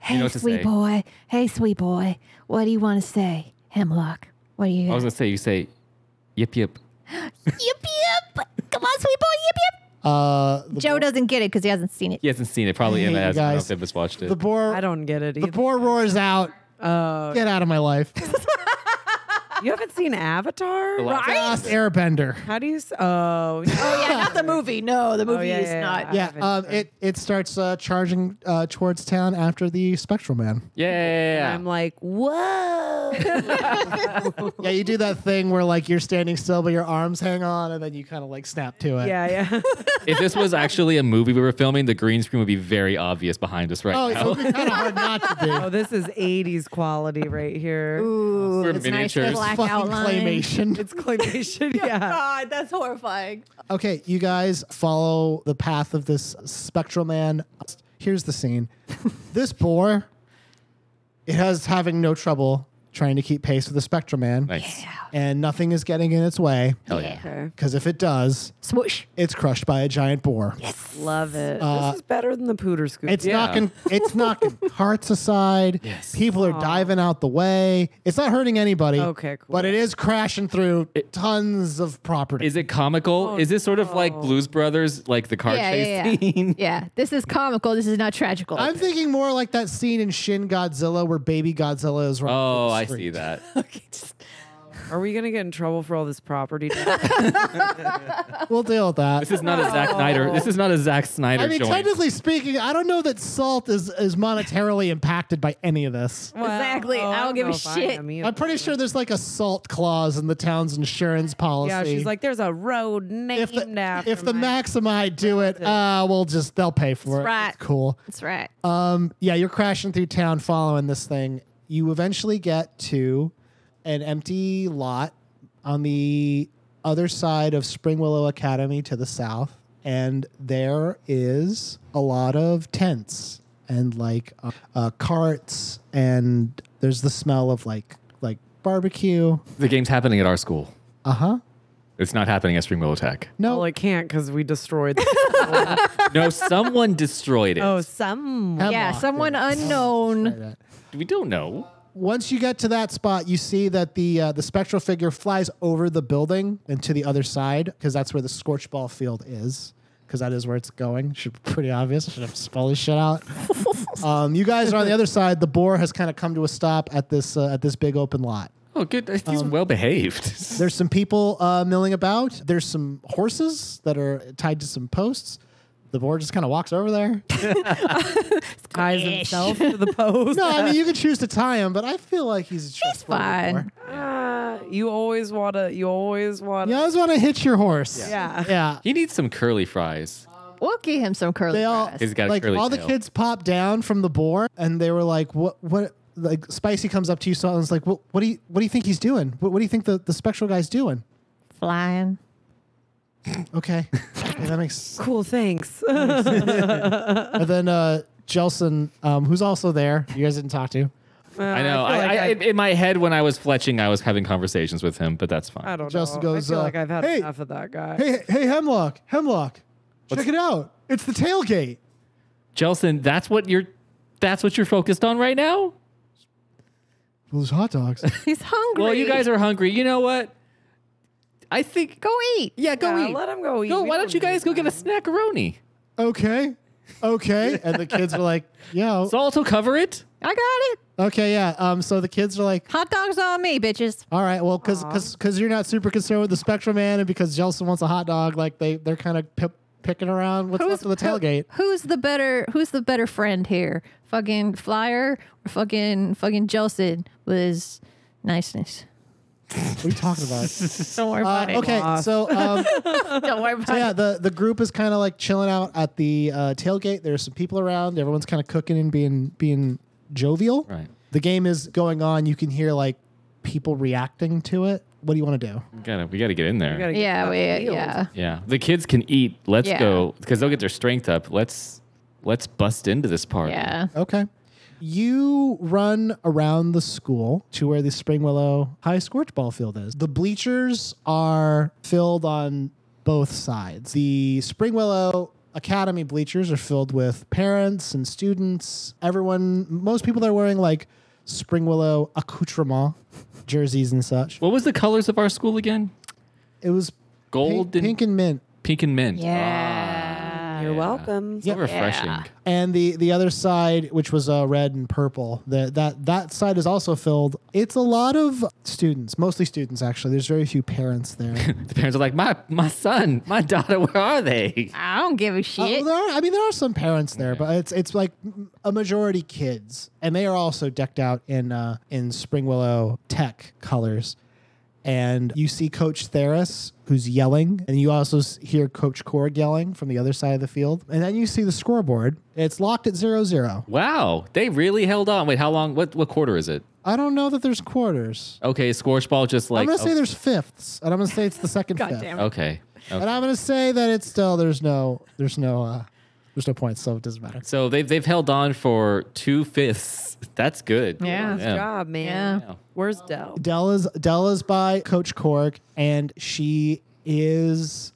Speaker 5: Hey,
Speaker 3: know what to
Speaker 5: sweet
Speaker 3: say.
Speaker 5: boy. Hey, sweet boy. What do you want to say, Hemlock? What do you?
Speaker 3: I
Speaker 5: Got?
Speaker 3: was gonna say you say, yip yip.
Speaker 5: yip yip. Come on, sweet boy. Yip
Speaker 2: Uh,
Speaker 5: yip. Joe doesn't get it because he hasn't seen it.
Speaker 3: He hasn't seen it. Probably
Speaker 2: I hate
Speaker 3: Emma
Speaker 2: you
Speaker 3: has. I don't know
Speaker 2: guys.
Speaker 3: if Emma's watched it.
Speaker 2: the boar.
Speaker 4: I don't get it
Speaker 2: the
Speaker 4: either.
Speaker 2: boar roars out.
Speaker 4: Uh,
Speaker 2: Get out of my life.
Speaker 4: you haven't seen Avatar?
Speaker 3: The last-
Speaker 2: Last Airbender.
Speaker 4: How do you? s- Oh,
Speaker 5: Oh yeah, not the movie. No, the movie
Speaker 4: yeah,
Speaker 5: is
Speaker 4: yeah,
Speaker 5: not.
Speaker 4: yeah.
Speaker 2: Yeah,
Speaker 4: haven't
Speaker 2: um,
Speaker 4: heard.
Speaker 2: it it starts uh, charging uh, towards town after the Spectral Man.
Speaker 3: yeah.
Speaker 4: I'm like, whoa.
Speaker 2: Yeah, you do that thing where like you're standing still, but your arms hang on, and then you kind of like snap to it.
Speaker 4: yeah, yeah.
Speaker 3: if this was actually a movie we were filming, the green screen would be very obvious behind us right
Speaker 2: Oh, it
Speaker 3: now.
Speaker 2: would be kind of hard not to do.
Speaker 4: Oh, this is 80s quality right here.
Speaker 5: Ooh,
Speaker 3: For
Speaker 5: it's nice
Speaker 3: miniatures.
Speaker 5: the black
Speaker 2: Fucking
Speaker 5: outline.
Speaker 2: claymation.
Speaker 4: It's claymation, yeah.
Speaker 5: God, that's horrifying.
Speaker 2: Okay, you guys follow the path of this Spectral Man. Here's the scene. this boar, it has having no trouble trying to keep pace with the Spectral Man,
Speaker 3: nice.
Speaker 2: and nothing is getting in its way.
Speaker 3: Hell yeah.
Speaker 2: Because if it does,
Speaker 5: Swoosh.
Speaker 2: it's crushed by a giant boar.
Speaker 4: Love it.
Speaker 2: Uh,
Speaker 4: this is better than the pooter scoop.
Speaker 2: It's
Speaker 3: Yeah.
Speaker 2: knocking it's knocking carts aside.
Speaker 3: Yes.
Speaker 2: People are diving out the way. It's not hurting anybody.
Speaker 4: Okay, cool.
Speaker 2: But it is crashing through tons of property.
Speaker 3: Is it comical?
Speaker 2: Oh,
Speaker 3: is this sort of like Blues Brothers, like the car
Speaker 6: Yeah,
Speaker 3: chase
Speaker 6: yeah, yeah.
Speaker 3: scene?
Speaker 6: Yeah. This is comical. This is not tragical.
Speaker 2: I'm thinking more like that scene in Shin Godzilla where baby Godzilla is running. through
Speaker 3: Oh,
Speaker 2: the
Speaker 3: I
Speaker 2: street.
Speaker 3: see that.
Speaker 4: Are we gonna get in trouble for all this property?
Speaker 2: We'll deal with that.
Speaker 3: This is not a Zack Snyder. This is not a Zack Snyder
Speaker 2: I mean,
Speaker 3: joint.
Speaker 2: technically speaking, I don't know that salt is, is monetarily impacted by any of this.
Speaker 5: Exactly. I
Speaker 6: oh,
Speaker 4: Oh,
Speaker 5: don't give a shit.
Speaker 2: I'm pretty sure there's like a salt clause in the town's insurance policy.
Speaker 4: Yeah, she's like, there's a road named
Speaker 2: if the,
Speaker 4: after
Speaker 2: if the
Speaker 4: my-"
Speaker 2: Maximi do it, uh, we'll just they'll pay for it.
Speaker 5: right.
Speaker 2: Cool.
Speaker 5: That's right.
Speaker 2: Um, yeah, you're crashing through town following this thing. You eventually get to an empty lot on the other side of Spring Willow Academy to the south, and there is a lot of tents and like uh, uh, carts, and there's the smell of like like barbecue.
Speaker 3: the game's happening at our school.
Speaker 2: Uh huh.
Speaker 3: It's not happening at Spring Willow Tech.
Speaker 2: No,
Speaker 4: Well, it can't because we destroyed.
Speaker 3: No, someone destroyed it.
Speaker 4: oh, some.
Speaker 6: yeah.
Speaker 2: Hemlock
Speaker 6: Someone
Speaker 2: did.
Speaker 6: unknown.
Speaker 2: Right, right.
Speaker 3: We don't know.
Speaker 2: Once you get to that spot, you see that the uh, the spectral figure flies over the building and to the other side because that's where the scorch ball field is because that is where it's going. Should be pretty obvious. Should have spelled this shit out. um, you guys are on the other side. The boar has kind of come to a stop at this uh, at this big open lot.
Speaker 3: Oh, good. He's
Speaker 2: Um,
Speaker 3: well behaved.
Speaker 2: There's some people uh, milling about. There's some horses that are tied to some posts. The boar just kind of walks over there.
Speaker 4: ties himself to the post.
Speaker 2: No, I mean you can choose to tie him, but I feel like he's just
Speaker 6: fine.
Speaker 4: Ah, you always wanna. You always wanna.
Speaker 2: You always want to hit your horse.
Speaker 4: Yeah.
Speaker 2: Yeah.
Speaker 3: He needs some curly fries.
Speaker 6: We'll give him some curly
Speaker 2: they all
Speaker 6: fries.
Speaker 3: He's got a
Speaker 2: like
Speaker 3: curly
Speaker 2: all the
Speaker 3: tail.
Speaker 2: kids popped down from the boar and they were like what what like spicy comes up to you so and is like what what do you what do you think he's doing what, what do you think the, the spectral guy's doing
Speaker 6: Flying.
Speaker 2: Okay. Yeah, that makes.
Speaker 4: Cool, thanks.
Speaker 2: And then uh, Jelson, um, who's also there, you guys didn't talk to.
Speaker 3: I know. I,
Speaker 4: I, feel like
Speaker 3: I,
Speaker 4: I,
Speaker 3: in- in my head when I was fletching, I was having conversations with him, but that's fine.
Speaker 4: I don't
Speaker 2: Justin
Speaker 4: know.
Speaker 2: goes,
Speaker 4: I feel
Speaker 2: uh,
Speaker 4: like I've had
Speaker 2: "Hey."
Speaker 4: enough of that guy.
Speaker 2: Hey, hey, Hemlock, Hemlock, check it out. It's the tailgate.
Speaker 3: Jelson, that's what you're. That's what you're focused on right now.
Speaker 2: Well, there's hot dogs.
Speaker 6: He's hungry.
Speaker 3: Well, you guys are hungry. You know what? I think.
Speaker 6: Go eat.
Speaker 3: Yeah, go
Speaker 4: Yeah,
Speaker 3: eat.
Speaker 4: let him go eat.
Speaker 3: Go.
Speaker 4: We
Speaker 3: Why
Speaker 4: don't
Speaker 3: don't you
Speaker 4: need
Speaker 3: guys go get a
Speaker 4: that.
Speaker 3: snackaroni?
Speaker 2: okay, okay. And the kids were like, "Yeah,
Speaker 3: Salt will cover it.
Speaker 6: I got it.
Speaker 2: okay, yeah." Um, so the kids are like,
Speaker 6: Hot dogs on me, bitches.
Speaker 2: "All right, well, because because because you're not super concerned with the Spectrum Man, and because Jelson wants a hot dog, like they they're kind of pip, picking around what's left of the tailgate."
Speaker 6: who's the better who's the better friend here? Fucking Flyer or fucking fucking Jelson was niceness.
Speaker 2: What are you talking about?
Speaker 6: Don't worry
Speaker 2: Uh,
Speaker 6: about it.
Speaker 2: okay, so um,
Speaker 6: Don't worry about
Speaker 2: So yeah, the, the group is kind of like chilling out at the uh, tailgate. There's some people around. Everyone's kind of cooking and being being jovial.
Speaker 3: Right.
Speaker 2: The game is going on. You can hear like people reacting to it. What do you want to do?
Speaker 3: We gotta. We gotta get in there.
Speaker 4: We gotta
Speaker 6: it.
Speaker 4: get
Speaker 6: Yeah,
Speaker 4: that
Speaker 6: we,
Speaker 4: field.
Speaker 6: yeah.
Speaker 3: yeah. The kids can eat. Let's
Speaker 6: Yeah.
Speaker 3: go because they'll get their strength up. Let's let's bust into this party.
Speaker 6: Yeah.
Speaker 2: Okay. You run around the school to where the Spring Willow High Scorch Ball field is. The bleachers are filled on both sides. The Spring Willow Academy bleachers are filled with parents and students. Everyone, most people that are wearing like Spring Willow accoutrement jerseys and such.
Speaker 3: What was the colors of our school again?
Speaker 2: It was
Speaker 3: Gold
Speaker 2: pink, pink and mint.
Speaker 3: pink and mint.
Speaker 6: Yeah.
Speaker 4: You're
Speaker 3: Yeah.
Speaker 4: welcome.
Speaker 3: So refreshing.
Speaker 6: Yeah.
Speaker 2: and the the other side which was uh, red and purple that that that side is also filled it's a lot of students mostly students actually there's very few parents there Uh,
Speaker 3: The parents are like, my my son, my daughter, where are they?
Speaker 6: I don't give a
Speaker 2: Uh,
Speaker 6: shit.
Speaker 2: well, there are, i mean there are some parents there but it's it's like m- a majority kids and they are also decked out in uh, in spring willow tech colors and you see coach theris who's yelling and you also s- hear coach korg yelling from the other side of the field and then you see the scoreboard it's locked at zero zero
Speaker 3: Wow, they really held on. Wait, how long? What what quarter is it?
Speaker 2: i don't know that there's quarters
Speaker 3: Okay, scorch ball just like
Speaker 2: I'm gonna say
Speaker 3: oh,
Speaker 2: there's fifths, and I'm gonna say it's the second fifth,
Speaker 6: damn.
Speaker 3: okay. okay.
Speaker 2: and I'm gonna say that it's still there's no there's no uh, there's no points, so it doesn't matter.
Speaker 3: So they've they've held on for two fifths. That's good.
Speaker 6: Yeah.
Speaker 4: Nice job, man.
Speaker 3: Yeah.
Speaker 4: Where's Dell?
Speaker 2: Della's Della's by Coach Cork, and she is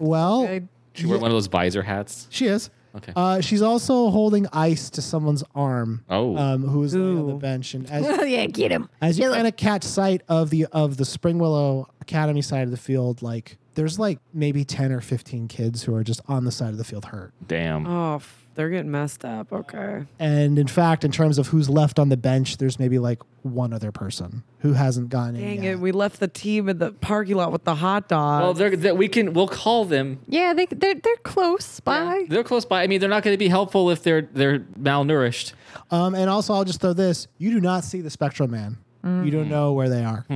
Speaker 2: well,
Speaker 6: Good.
Speaker 3: She wear one of those visor hats.
Speaker 2: she is.
Speaker 3: Okay.
Speaker 2: Uh, she's also holding ice to someone's arm.
Speaker 3: Oh.
Speaker 2: um, who is laying on the
Speaker 4: Ooh.
Speaker 2: bench, and as
Speaker 6: yeah, get him.
Speaker 2: As you kind of catch sight of the of the Spring Willow Academy side of the field, like there's like maybe ten or fifteen kids who are just on the side of the field hurt.
Speaker 3: Damn.
Speaker 4: Oh, f- they're getting messed up. Okay.
Speaker 2: And in fact, in terms of who's left on the bench, there's maybe like one other person who hasn't gotten in.
Speaker 4: Dang
Speaker 2: yet.
Speaker 4: it. We left the team in the parking lot with the hot dog.
Speaker 3: well, they're, they we can we'll call them.
Speaker 6: Yeah, they they're they're close by.
Speaker 3: They're close by. I mean, they're not going to be helpful if they're they're malnourished.
Speaker 2: Um, and also, I'll just throw this: you do not see the Spectral Man. You
Speaker 4: Mm.
Speaker 2: don't know where they are.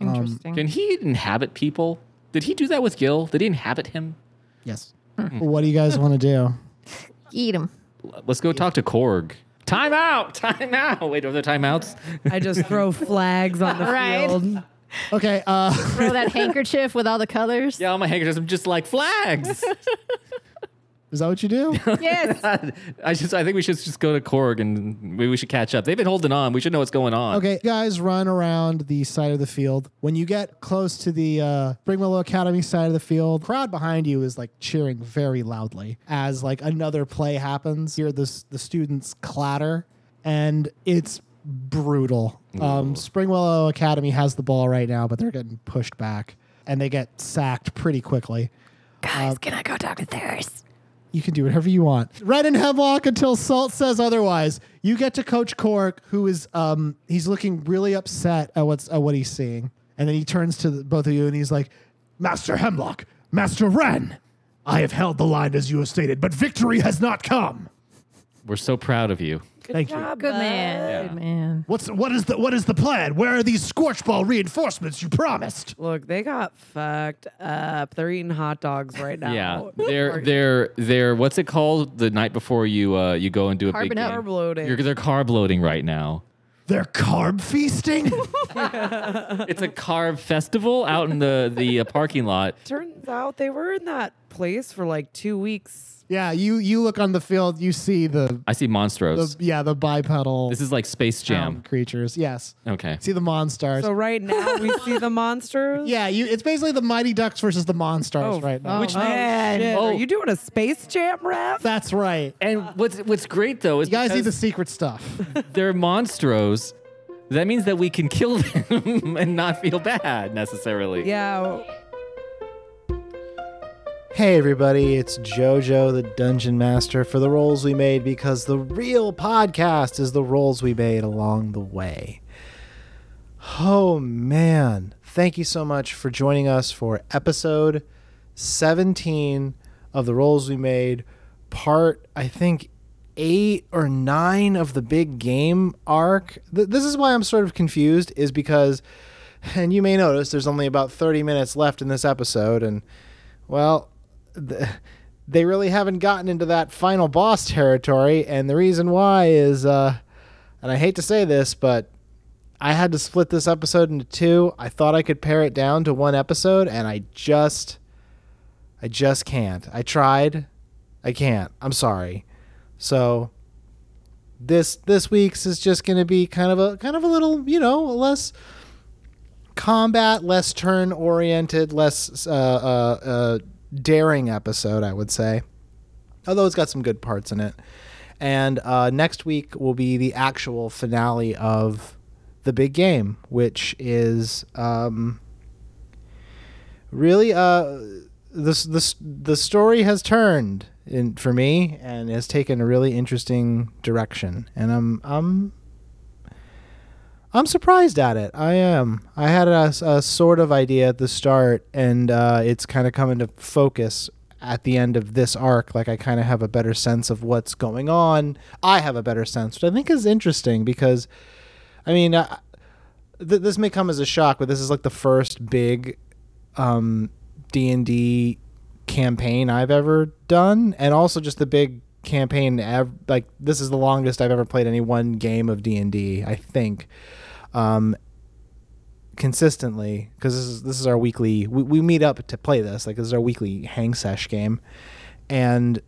Speaker 6: Interesting.
Speaker 3: Can he inhabit people? Did he do that with Gil? Did he inhabit him?
Speaker 2: Yes. What do you guys want to do?
Speaker 6: Eat him.
Speaker 3: Let's go talk to Korg. Time out. Time out. Wait, are there timeouts?
Speaker 4: I just throw flags on the
Speaker 6: Right.
Speaker 4: field.
Speaker 2: Okay. Uh,
Speaker 6: Throw that handkerchief with all the colors.
Speaker 3: Yeah, all my handkerchiefs. I'm just like flags.
Speaker 2: is that what you do?
Speaker 6: Yes.
Speaker 2: Uh,
Speaker 3: I just I think we should just go to Korg and maybe we should catch up. They've been holding on. We should know what's going on.
Speaker 2: Okay, you guys run around the side of the field. When you get close to the uh, Spring Willow Academy side of the field, crowd behind you is like cheering very loudly as like another play happens. You hear this the students clatter, and it's brutal. Um, Spring Willow Academy has the ball right now, but they're getting pushed back, and they get sacked pretty quickly.
Speaker 5: Guys, can I go talk to Thirst?
Speaker 2: You can do whatever you want. Red and hemlock until Salt says otherwise. You get to Coach Cork, who is um he's looking really upset at what's at what he's seeing, and then he turns to the, both of you and he's like, "Master Hemlock, Master Wren, I have held the line as you have stated, but victory has not come.
Speaker 3: We're so proud of you.
Speaker 2: Thank you.
Speaker 4: job,
Speaker 6: Good
Speaker 4: bud.
Speaker 6: man. Good man.
Speaker 2: What's what is the what is the plan? Where are these scorch ball reinforcements you promised?
Speaker 4: Look, they got fucked up. They're eating hot dogs right now.
Speaker 3: Yeah, they're they're they're what's it called the night before you uh you go and do a
Speaker 6: Carb
Speaker 3: big
Speaker 6: it up.
Speaker 3: game?
Speaker 4: Carb loading.
Speaker 3: You're, they're carb loading right now.
Speaker 2: They're carb feasting?
Speaker 3: It's a carve festival out in the the uh, parking lot.
Speaker 4: Turns out they were in that place for like two weeks.
Speaker 2: yeah, you you look on the field, you see the,
Speaker 3: I see
Speaker 2: the
Speaker 3: monstros.
Speaker 2: yeah, the bipedal
Speaker 3: This is like Space
Speaker 2: um,
Speaker 3: Jam.
Speaker 2: creatures. Yes.
Speaker 3: Okay.
Speaker 2: See the monstars.
Speaker 4: So right now we see the monsters.
Speaker 2: yeah, you it's basically the Mighty Ducks versus the Monstars
Speaker 4: Oh,
Speaker 2: right now.
Speaker 4: Which man?
Speaker 3: Oh.
Speaker 4: Are you doing a space jam ref?
Speaker 2: That's right.
Speaker 3: And what's what's great though is
Speaker 2: You guys need the
Speaker 3: because
Speaker 2: secret stuff.
Speaker 3: they're monstros. That means that we can kill them and not feel bad necessarily.
Speaker 4: Yeah.
Speaker 1: Hey everybody, it's JoJo the Dungeon Master for the roles we made because the real podcast is the roles we made along the way. Oh man, thank you so much for joining us for episode 17 of the roles we made, part I think 8 or 9 of the big game arc. Th- this is why I'm sort of confused is because and you may notice there's only about 30 minutes left in this episode and well, th- they really haven't gotten into that final boss territory, and the reason why is, uh, and I hate to say this, but I had to split this episode into two. I thought I could pare it down to one episode, and I just, I just can't. I tried, I can't. I'm sorry. So this this week's is just going to be kind of a kind of a little, you know, less combat, less turn oriented, less uh, uh, uh, daring episode, I would say. Although it's got some good parts in it. And uh, next week will be the actual finale of the big game, which is um, really uh, this this the story has turned in for me and has taken a really interesting direction, and I'm I'm I'm surprised at it. I am. I had a, a sort of idea at the start, and uh, it's kind of come into focus at the end of this arc. Like, I kind of have a better sense of what's going on. I have a better sense, which I think is interesting because, I mean, uh, th- this may come as a shock, but this is like the first big um, D&D campaign I've ever done, and also just the big campaign ev- like this is the longest I've ever played any one game of D&D, I think. Um consistently because this is this is our weekly we, we meet up to play this like this is our weekly hang sesh game and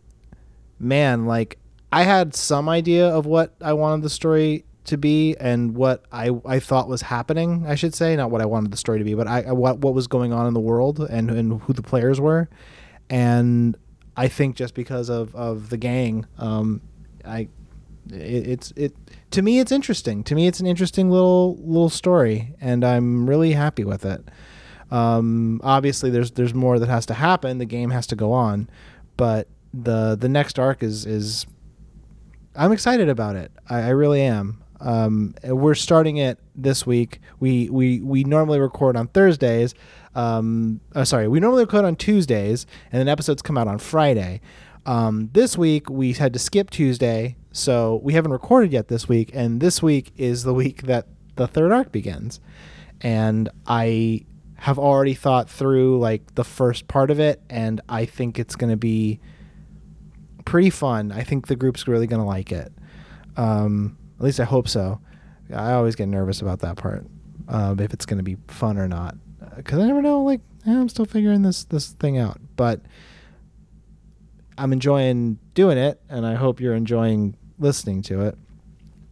Speaker 1: man, like I had some idea of what I wanted the story to be and what I, I thought was happening, I should say, not what I wanted the story to be, but I, I- what what was going on in the world and, and who the players were. And I think just because of, of the gang, um, I it, it's it to me it's interesting. To me it's an interesting little little story and I'm really happy with it. Um, obviously, there's there's more that has to happen. The game has to go on, but the the next arc is is I'm excited about it. I, I really am. Um, and we're starting it this week. We we we normally record on Thursdays. Um, oh, sorry, we normally record on Tuesdays, and then episodes come out on Friday. Um, this week we had to skip Tuesday, so we haven't recorded yet this week. And this week is the week that the third arc begins, and I have already thought through like the first part of it, and I think it's going to be pretty fun. I think the group's really going to like it. Um, at least I hope so. I always get nervous about that part, um, if it's going to be fun or not, because I never know. Like eh, I'm still figuring this this thing out, but I'm enjoying doing it, and I hope you're enjoying listening to it.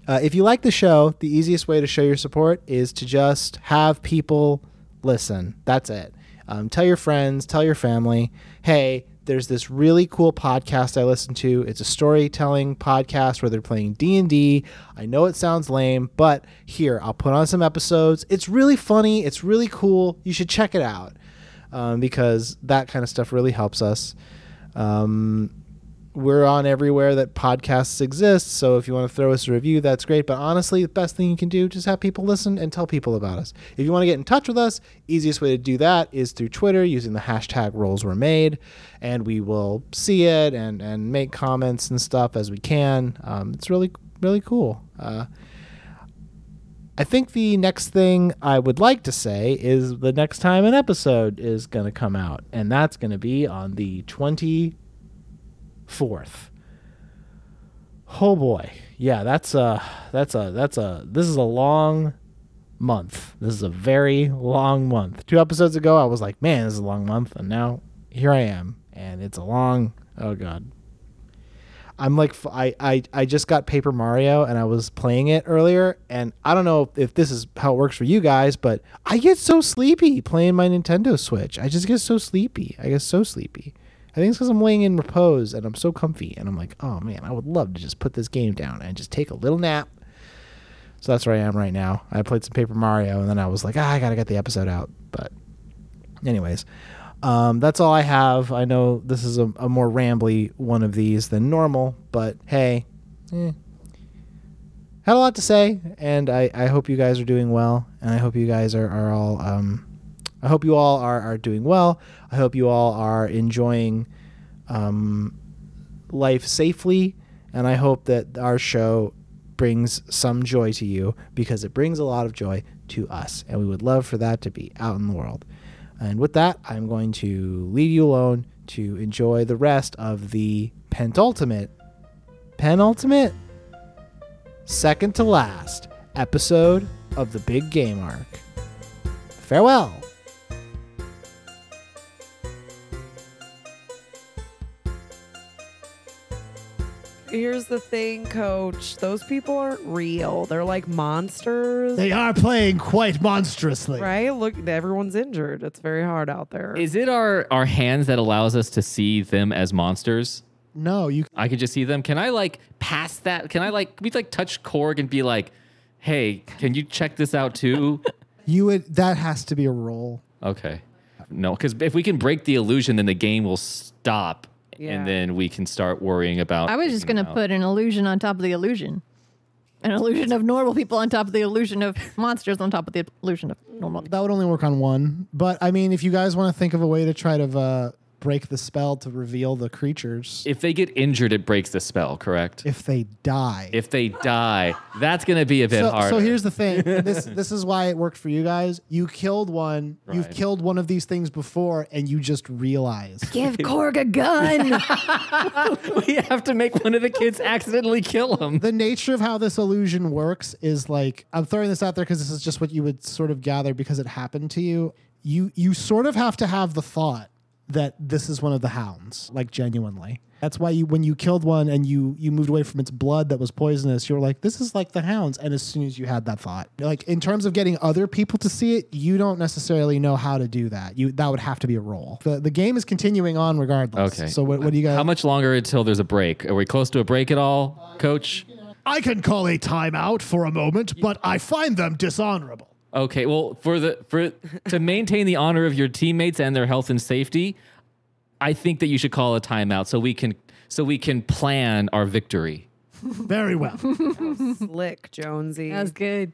Speaker 1: Uh, if you like the show, the easiest way to show your support is to just have people listen. That's it. Um, tell your friends, tell your family, hey, there's this really cool podcast I listen to. It's a storytelling podcast where they're playing D&D. I know it sounds lame, but here, I'll put on some episodes. It's really funny, it's really cool. You should check it out. Um, because that kind of stuff really helps us. Um, we're on everywhere that podcasts exist. So if you want to throw us a review, that's great. But honestly, the best thing you can do just have people listen and tell people about us. If you want to get in touch with us, easiest way to do that is through Twitter using the hashtag roles were made, and we will see it and and make comments and stuff as we can. Um, it's really really cool. Uh, I think the next thing I would like to say is the next time an episode is going to come out, and that's going to be on the 24th. Oh boy. Yeah, that's a that's a that's a this is a long month. This is a very long month. Two episodes ago I was like, "Man, this is a long month." And now here I am, and it's a long oh god. I'm like f- I, I I just got Paper Mario and I was playing it earlier and I don't know if this is how it works for you guys but I get so sleepy playing my Nintendo Switch. I just get so sleepy. I get so sleepy. I think it's because I'm laying in repose and I'm so comfy and I'm like, oh man, I would love to just put this game down and just take a little nap. So that's where I am right now. I played some Paper Mario and then I was like, ah, I gotta get the episode out. But, anyways, um, that's all I have. I know this is a, a more rambly one of these than normal, but hey, eh. had a lot to say, and I, I hope you guys are doing well, and I hope you guys are, are all. Um, I hope you all are, are doing well. I hope you all are enjoying um, life safely. And I hope that our show brings some joy to you because it brings a lot of joy to us. And we would love for that to be out in the world. And with that, I'm going to leave you alone to enjoy the rest of the penultimate, penultimate, second to last episode of the Big Game Arc. Farewell.
Speaker 4: Here's the thing, coach. Those people aren't real. They're like monsters.
Speaker 2: They are playing quite monstrously.
Speaker 4: Right? Look, everyone's injured. It's very hard out there.
Speaker 3: Is it our our hands that allows us to see them as monsters?
Speaker 2: No, you
Speaker 3: I could just see them. Can I like pass that? Can I like we like touch Korg and be like, hey, can you check this out too?
Speaker 2: you would that has to be a roll.
Speaker 3: okay. No, because if we can break the illusion, then the game will stop,
Speaker 4: Yeah.
Speaker 3: and then we can start worrying about.
Speaker 6: I was just
Speaker 3: figuring
Speaker 6: gonna
Speaker 3: out.
Speaker 6: put an illusion on top of the illusion, an illusion of normal people on top of the illusion of monsters on top of the illusion of normal. people.
Speaker 2: That would only work on one. But I mean, if you guys want to think of a way to try to uh, break the spell to reveal the creatures,
Speaker 3: If they get injured, it breaks the spell, correct? If,
Speaker 2: if they die.
Speaker 3: they die, that's gonna be a bit
Speaker 2: so,
Speaker 3: harder.
Speaker 2: so here's the thing. This this is why it worked for you guys. You killed one. You've
Speaker 3: Right.
Speaker 2: killed one of these things before, and you just realized.
Speaker 5: Give Korg a gun.
Speaker 3: we have to make one of the kids accidentally kill him.
Speaker 2: the nature of how this illusion works is like I'm throwing this out there because this is just what you would sort of gather because it happened to you. You you sort of have to have the thought that this is one of the hounds, like genuinely. That's why you when you killed one and you you moved away from its blood that was poisonous, you were like, this is like the hounds. And as soon as you had that thought, like in terms of getting other people to see it, you don't necessarily know how to do that. You that would have to be a role. The the game is continuing on regardless.
Speaker 3: Okay.
Speaker 2: So what, what do you guys?
Speaker 3: How much longer until there's a break? Are we close to a break at all, Coach?
Speaker 2: I can call a timeout for a moment, but I find them dishonorable.
Speaker 3: Okay, well, for the for to maintain the honor of your teammates and their health and safety, I think that you should call a timeout so we can so we can plan our victory.
Speaker 2: Very well.
Speaker 4: Slick, Jonesy.
Speaker 6: good.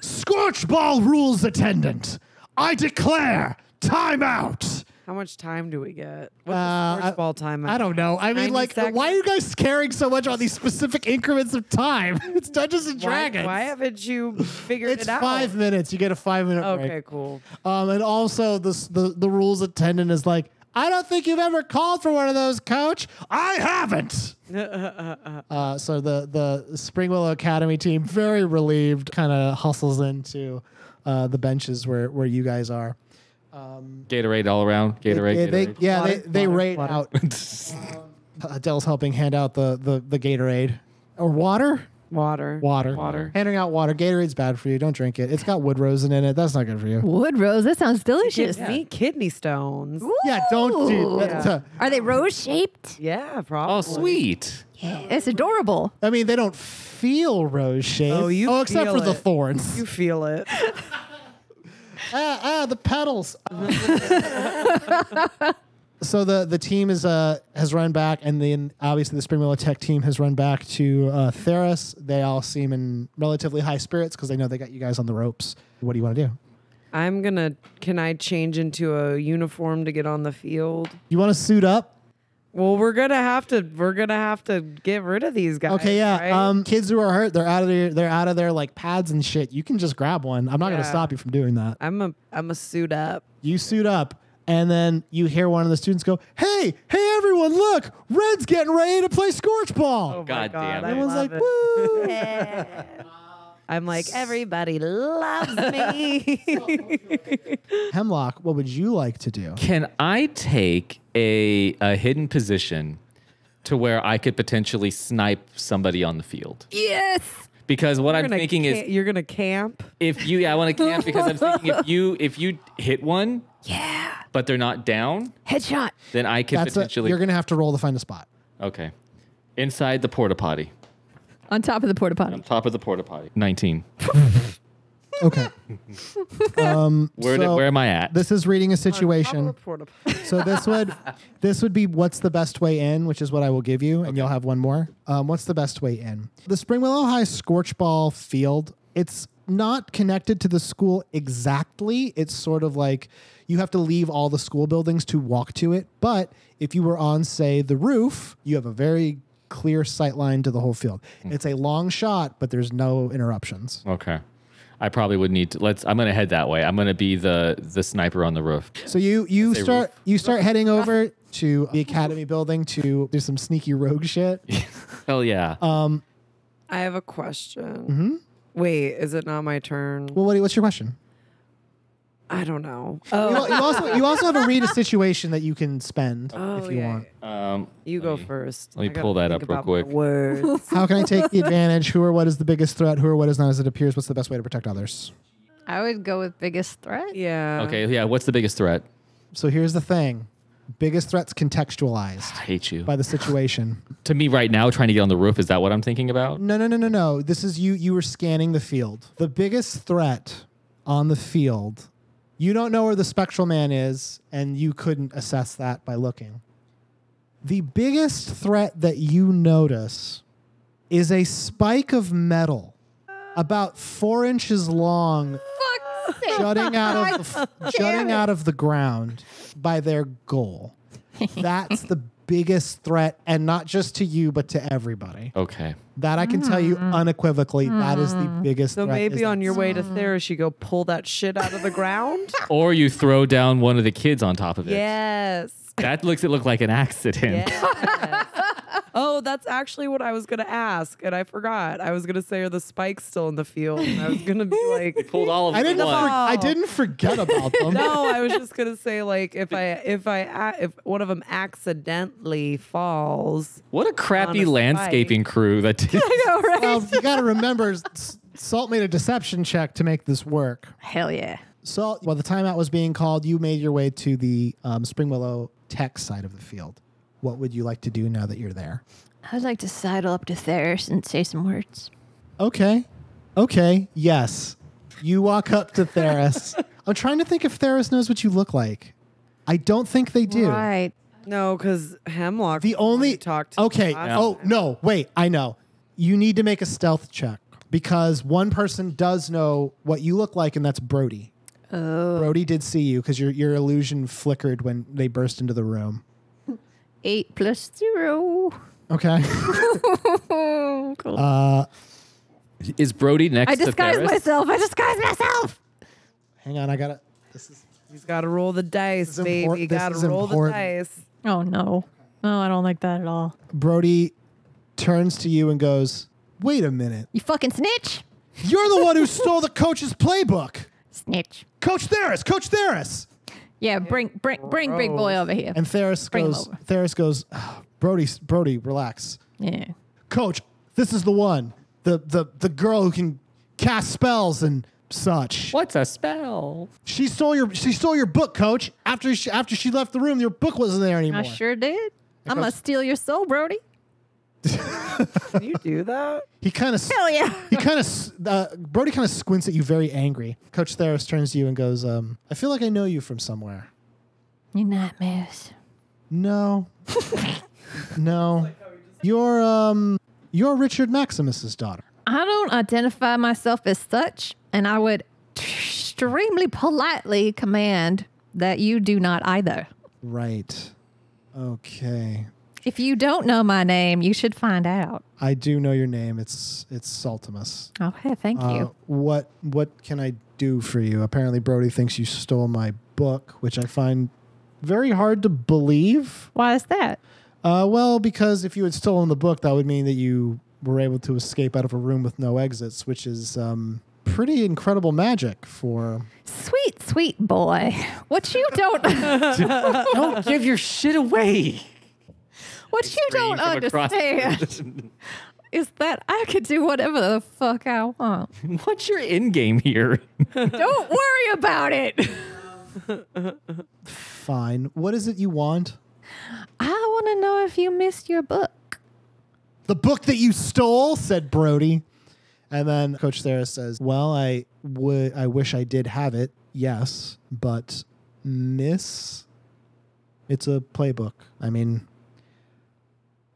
Speaker 2: Scorch ball rules attendant. I declare timeout.
Speaker 4: How much time do we get? What's
Speaker 2: Uh,
Speaker 4: the
Speaker 2: I-
Speaker 4: first ball time?
Speaker 2: I don't know. I mean,
Speaker 4: 90
Speaker 2: like,
Speaker 4: seconds?
Speaker 2: why are you guys caring so much on these specific increments of time? It's Dungeons and
Speaker 4: Why-
Speaker 2: Dragons.
Speaker 4: Why, haven't you figured
Speaker 2: it's
Speaker 4: it out?
Speaker 2: five minutes. You get a five minute
Speaker 4: Okay,
Speaker 2: break.
Speaker 4: cool.
Speaker 2: Um, and also, this, the the rules attendant is like, I don't think you've ever called for one of those, Coach. I haven't. Uh, so the the Spring Willow Academy team, very relieved, kind of hustles into uh, the benches where where you guys are.
Speaker 3: Gatorade all around. Gatorade.
Speaker 2: Yeah,
Speaker 3: Gatorade.
Speaker 2: they, yeah, they,
Speaker 4: Water,
Speaker 2: they
Speaker 4: water,
Speaker 2: raid
Speaker 4: water.
Speaker 2: out. Adele's helping hand out the, the, the Gatorade or water.
Speaker 4: Water.
Speaker 2: Water.
Speaker 4: Water.
Speaker 2: Handing out water. Gatorade's bad for you. Don't drink it. It's got wood rosin in it. That's not good for you.
Speaker 6: Wood rose. That sounds delicious.
Speaker 4: Gives me kidney stones.
Speaker 2: Yeah, don't do
Speaker 6: Ooh.
Speaker 2: that. uh,
Speaker 5: Are they rose shaped?
Speaker 4: Yeah, probably.
Speaker 3: Oh, sweet.
Speaker 6: It's adorable.
Speaker 2: I mean, they don't feel rose shade.
Speaker 4: Oh, you
Speaker 2: oh except
Speaker 4: feel
Speaker 2: for the
Speaker 4: it.
Speaker 2: thorns.
Speaker 4: You feel it.
Speaker 2: ah, ah, the petals. so the the team is uh has run back, and then obviously the Spring Willow Tech team has run back to uh, Theris. They all seem in relatively high spirits because they know they got you guys on the ropes. What do you want to do?
Speaker 4: I'm gonna. Can I change into a uniform to get on the field?
Speaker 2: You want to suit up?
Speaker 4: Well, we're gonna have to. We're gonna have to get rid of these guys.
Speaker 2: Okay, yeah.
Speaker 4: right?
Speaker 2: Um, kids who are hurt, they're out of their they're out of their like pads and shit. You can just grab one. I'm not gonna
Speaker 4: Yeah.
Speaker 2: stop you from doing that.
Speaker 4: I'm a. I'm a suit up.
Speaker 2: You suit up, and then you hear one of the students go, "Hey, hey,
Speaker 1: everyone, look, Red's getting ready to play Scorch
Speaker 4: Oh
Speaker 1: Ball.
Speaker 4: my
Speaker 3: God damn
Speaker 4: I
Speaker 3: it.
Speaker 1: Everyone's
Speaker 4: love
Speaker 1: like,
Speaker 4: it.
Speaker 1: woo.
Speaker 4: I'm like, everybody loves me.
Speaker 1: Hemlock, what would you like to do?
Speaker 3: Can I take a, a hidden position to where I could potentially snipe somebody on the field?
Speaker 7: Yes.
Speaker 3: Because what I'm
Speaker 4: You're gonna
Speaker 3: thinking
Speaker 4: ca-
Speaker 3: is
Speaker 4: you're gonna camp.
Speaker 3: if you yeah, I want to camp because I'm thinking if you if you hit one
Speaker 7: Yeah.
Speaker 3: but they're not down,
Speaker 7: Headshot.
Speaker 3: then I could
Speaker 1: That's a,
Speaker 3: potentially
Speaker 1: you're going to have to roll to find a spot.
Speaker 3: Okay. Inside the porta potty.
Speaker 6: On top of the porta potty.
Speaker 3: On top of the porta potty. 19.
Speaker 1: Okay. um,
Speaker 3: Where,
Speaker 1: so
Speaker 3: did, where am I at?
Speaker 1: This is reading a situation.
Speaker 4: Report up.
Speaker 1: So this would this would be what's the best way in, which is what I will give you, and you'll have one more. Um, what's the best way in? The Spring Willow High Scorch Ball Field. It's not connected to the school exactly. It's sort of like you have to leave all the school buildings to walk to it. But if you were on, say, the roof, you have a very clear sight line to the whole field. It's a long shot, but there's no interruptions.
Speaker 3: okay. I probably would need to let's I'm gonna head that way. I'm gonna be the the sniper on the roof.
Speaker 1: So you you
Speaker 3: Say
Speaker 1: start you start heading over to the academy building to do some sneaky rogue shit.
Speaker 3: Hell yeah.
Speaker 1: Uh,
Speaker 4: I have a question. Wait, is it not my turn?
Speaker 1: Mm-hmm. Well, what, what's your question?
Speaker 4: I don't know.
Speaker 1: You,
Speaker 4: Oh,
Speaker 1: al- you also you also have a read a situation that you can spend
Speaker 4: Oh,
Speaker 1: if you
Speaker 4: yeah,
Speaker 1: want.
Speaker 3: um
Speaker 4: you
Speaker 3: let
Speaker 4: go
Speaker 3: me-
Speaker 4: first.
Speaker 3: let me
Speaker 4: I gotta
Speaker 3: pull that
Speaker 4: think
Speaker 3: up real
Speaker 4: about my
Speaker 3: quick.
Speaker 4: Words.
Speaker 1: How can I take the advantage? Who or what is the biggest threat? Who or what is not as it appears? What's the best way to protect others?
Speaker 6: I would go with biggest threat.
Speaker 4: yeah.
Speaker 3: Okay, yeah, what's the biggest threat?
Speaker 1: So here's the thing: biggest threats contextualized
Speaker 3: I hate you.
Speaker 1: by the situation.
Speaker 3: to me right now trying to get on the roof is that what i'm thinking about
Speaker 1: No, no, no, no, no. This is you. You were scanning the field. The biggest threat on the field. You don't know where the spectral man is, and you couldn't assess that by looking. The biggest threat that you notice is a spike of metal about four inches long jutting out of the, f- jutting out of the ground by their goal. That's the biggest threat, and not just to you, but to everybody.
Speaker 3: okay
Speaker 1: That I can tell you unequivocally. That is the biggest.
Speaker 4: So
Speaker 1: threat is
Speaker 4: maybe on
Speaker 1: that
Speaker 4: your way to Therish, you go pull that shit out of the ground.
Speaker 3: or you throw down one of the kids on top of it
Speaker 4: yes.
Speaker 3: that looks it looked like an accident
Speaker 4: Yes. oh, that's actually what I was gonna ask, and I forgot. I was gonna say, are the spikes still in the field? And I was gonna be like,
Speaker 3: pulled all of
Speaker 1: I
Speaker 3: it
Speaker 1: didn't. For,
Speaker 3: at once.
Speaker 1: I didn't forget about them.
Speaker 4: no. I was just gonna say, like, if I if I a- if one of them accidentally falls,
Speaker 3: what a
Speaker 4: On
Speaker 3: crappy
Speaker 4: a spike.
Speaker 3: landscaping crew that did
Speaker 1: Well, you got to remember, S- Salt made a deception check to make this work.
Speaker 6: Hell yeah.
Speaker 1: Salt, while the timeout was being called, you made your way to the um, Spring Willow Tech side of the field. What would you like to do now that you're there?
Speaker 7: I would like to sidle up to Theris and say some words.
Speaker 1: Okay. Okay. Yes. You walk up to Theris. I'm trying to think if Theris knows what you look like. I don't think they do.
Speaker 6: Right.
Speaker 4: no, because Hemlock.
Speaker 1: The only
Speaker 4: talked. to
Speaker 1: Okay.
Speaker 4: last
Speaker 1: Oh no. Wait. I know. You need to make a stealth check because one person does know what you look like, and that's Brody. Oh. Brody did see you because your your illusion flickered when they burst into the room.
Speaker 6: Eight plus zero.
Speaker 1: Okay. uh,
Speaker 3: is brody next
Speaker 7: I
Speaker 3: to
Speaker 7: disguise
Speaker 3: Ferris?
Speaker 7: myself. I disguise myself.
Speaker 1: hang on. I gotta. This is
Speaker 4: He's got to roll the dice,
Speaker 1: This is import-
Speaker 4: baby.
Speaker 1: this
Speaker 4: Got
Speaker 1: is
Speaker 4: to roll
Speaker 1: important.
Speaker 4: the dice.
Speaker 6: Oh no. No, I don't like that at all.
Speaker 1: Brody turns to you and goes, "Wait a minute.
Speaker 7: You fucking snitch.
Speaker 1: You're the one who stole the coach's playbook.
Speaker 7: Snitch.
Speaker 1: Coach Theris. Coach Theris."
Speaker 6: Yeah, bring bring bring big boy over here.
Speaker 1: And Theris
Speaker 6: Bring him
Speaker 1: goes.
Speaker 6: over.
Speaker 1: Theris goes. "Ah, Brody. Brody, relax.
Speaker 6: yeah.
Speaker 1: coach, this is the one, the the the girl who can cast spells and such.
Speaker 3: what's a spell
Speaker 1: She stole your she stole your book, coach. After she, after she left the room, your book wasn't there anymore.
Speaker 6: I sure did. I'm gonna steal your soul, Brody.
Speaker 4: Can you do that?
Speaker 1: He kind of
Speaker 6: Hell yeah.
Speaker 1: he kind of uh, Brody kind of squints at you, very angry. Coach Theris turns to you and goes, um, "I feel like I know you from somewhere."
Speaker 7: Your nightmares.
Speaker 1: No, no, you're um you're Richard Maximus's daughter.
Speaker 6: I don't identify myself as such, and I would extremely politely command that you do not either.
Speaker 1: Right. Okay.
Speaker 6: If you don't know my name, you should find out.
Speaker 1: I do know your name. It's it's Saltimus.
Speaker 6: Okay, thank
Speaker 1: Uh,
Speaker 6: you.
Speaker 1: What what can I do for you? Apparently, Brody thinks you stole my book, which I find very hard to believe.
Speaker 6: Why is that?
Speaker 1: Uh, well, because if you had stolen the book, that would mean that you were able to escape out of a room with no exits, which is um, pretty incredible magic for.
Speaker 6: Sweet, sweet boy. What you don't
Speaker 3: Don't give your shit away.
Speaker 6: what you don't understand is that I could do whatever the fuck I want.
Speaker 3: What's your end game here?
Speaker 6: don't worry about it.
Speaker 1: Fine. What is it you want?
Speaker 6: I want to know if you missed your book.
Speaker 1: The book that you stole, said Brody. And then Coach Sarah says, Well, I would I wish I did have it, yes, but miss it's a playbook. I mean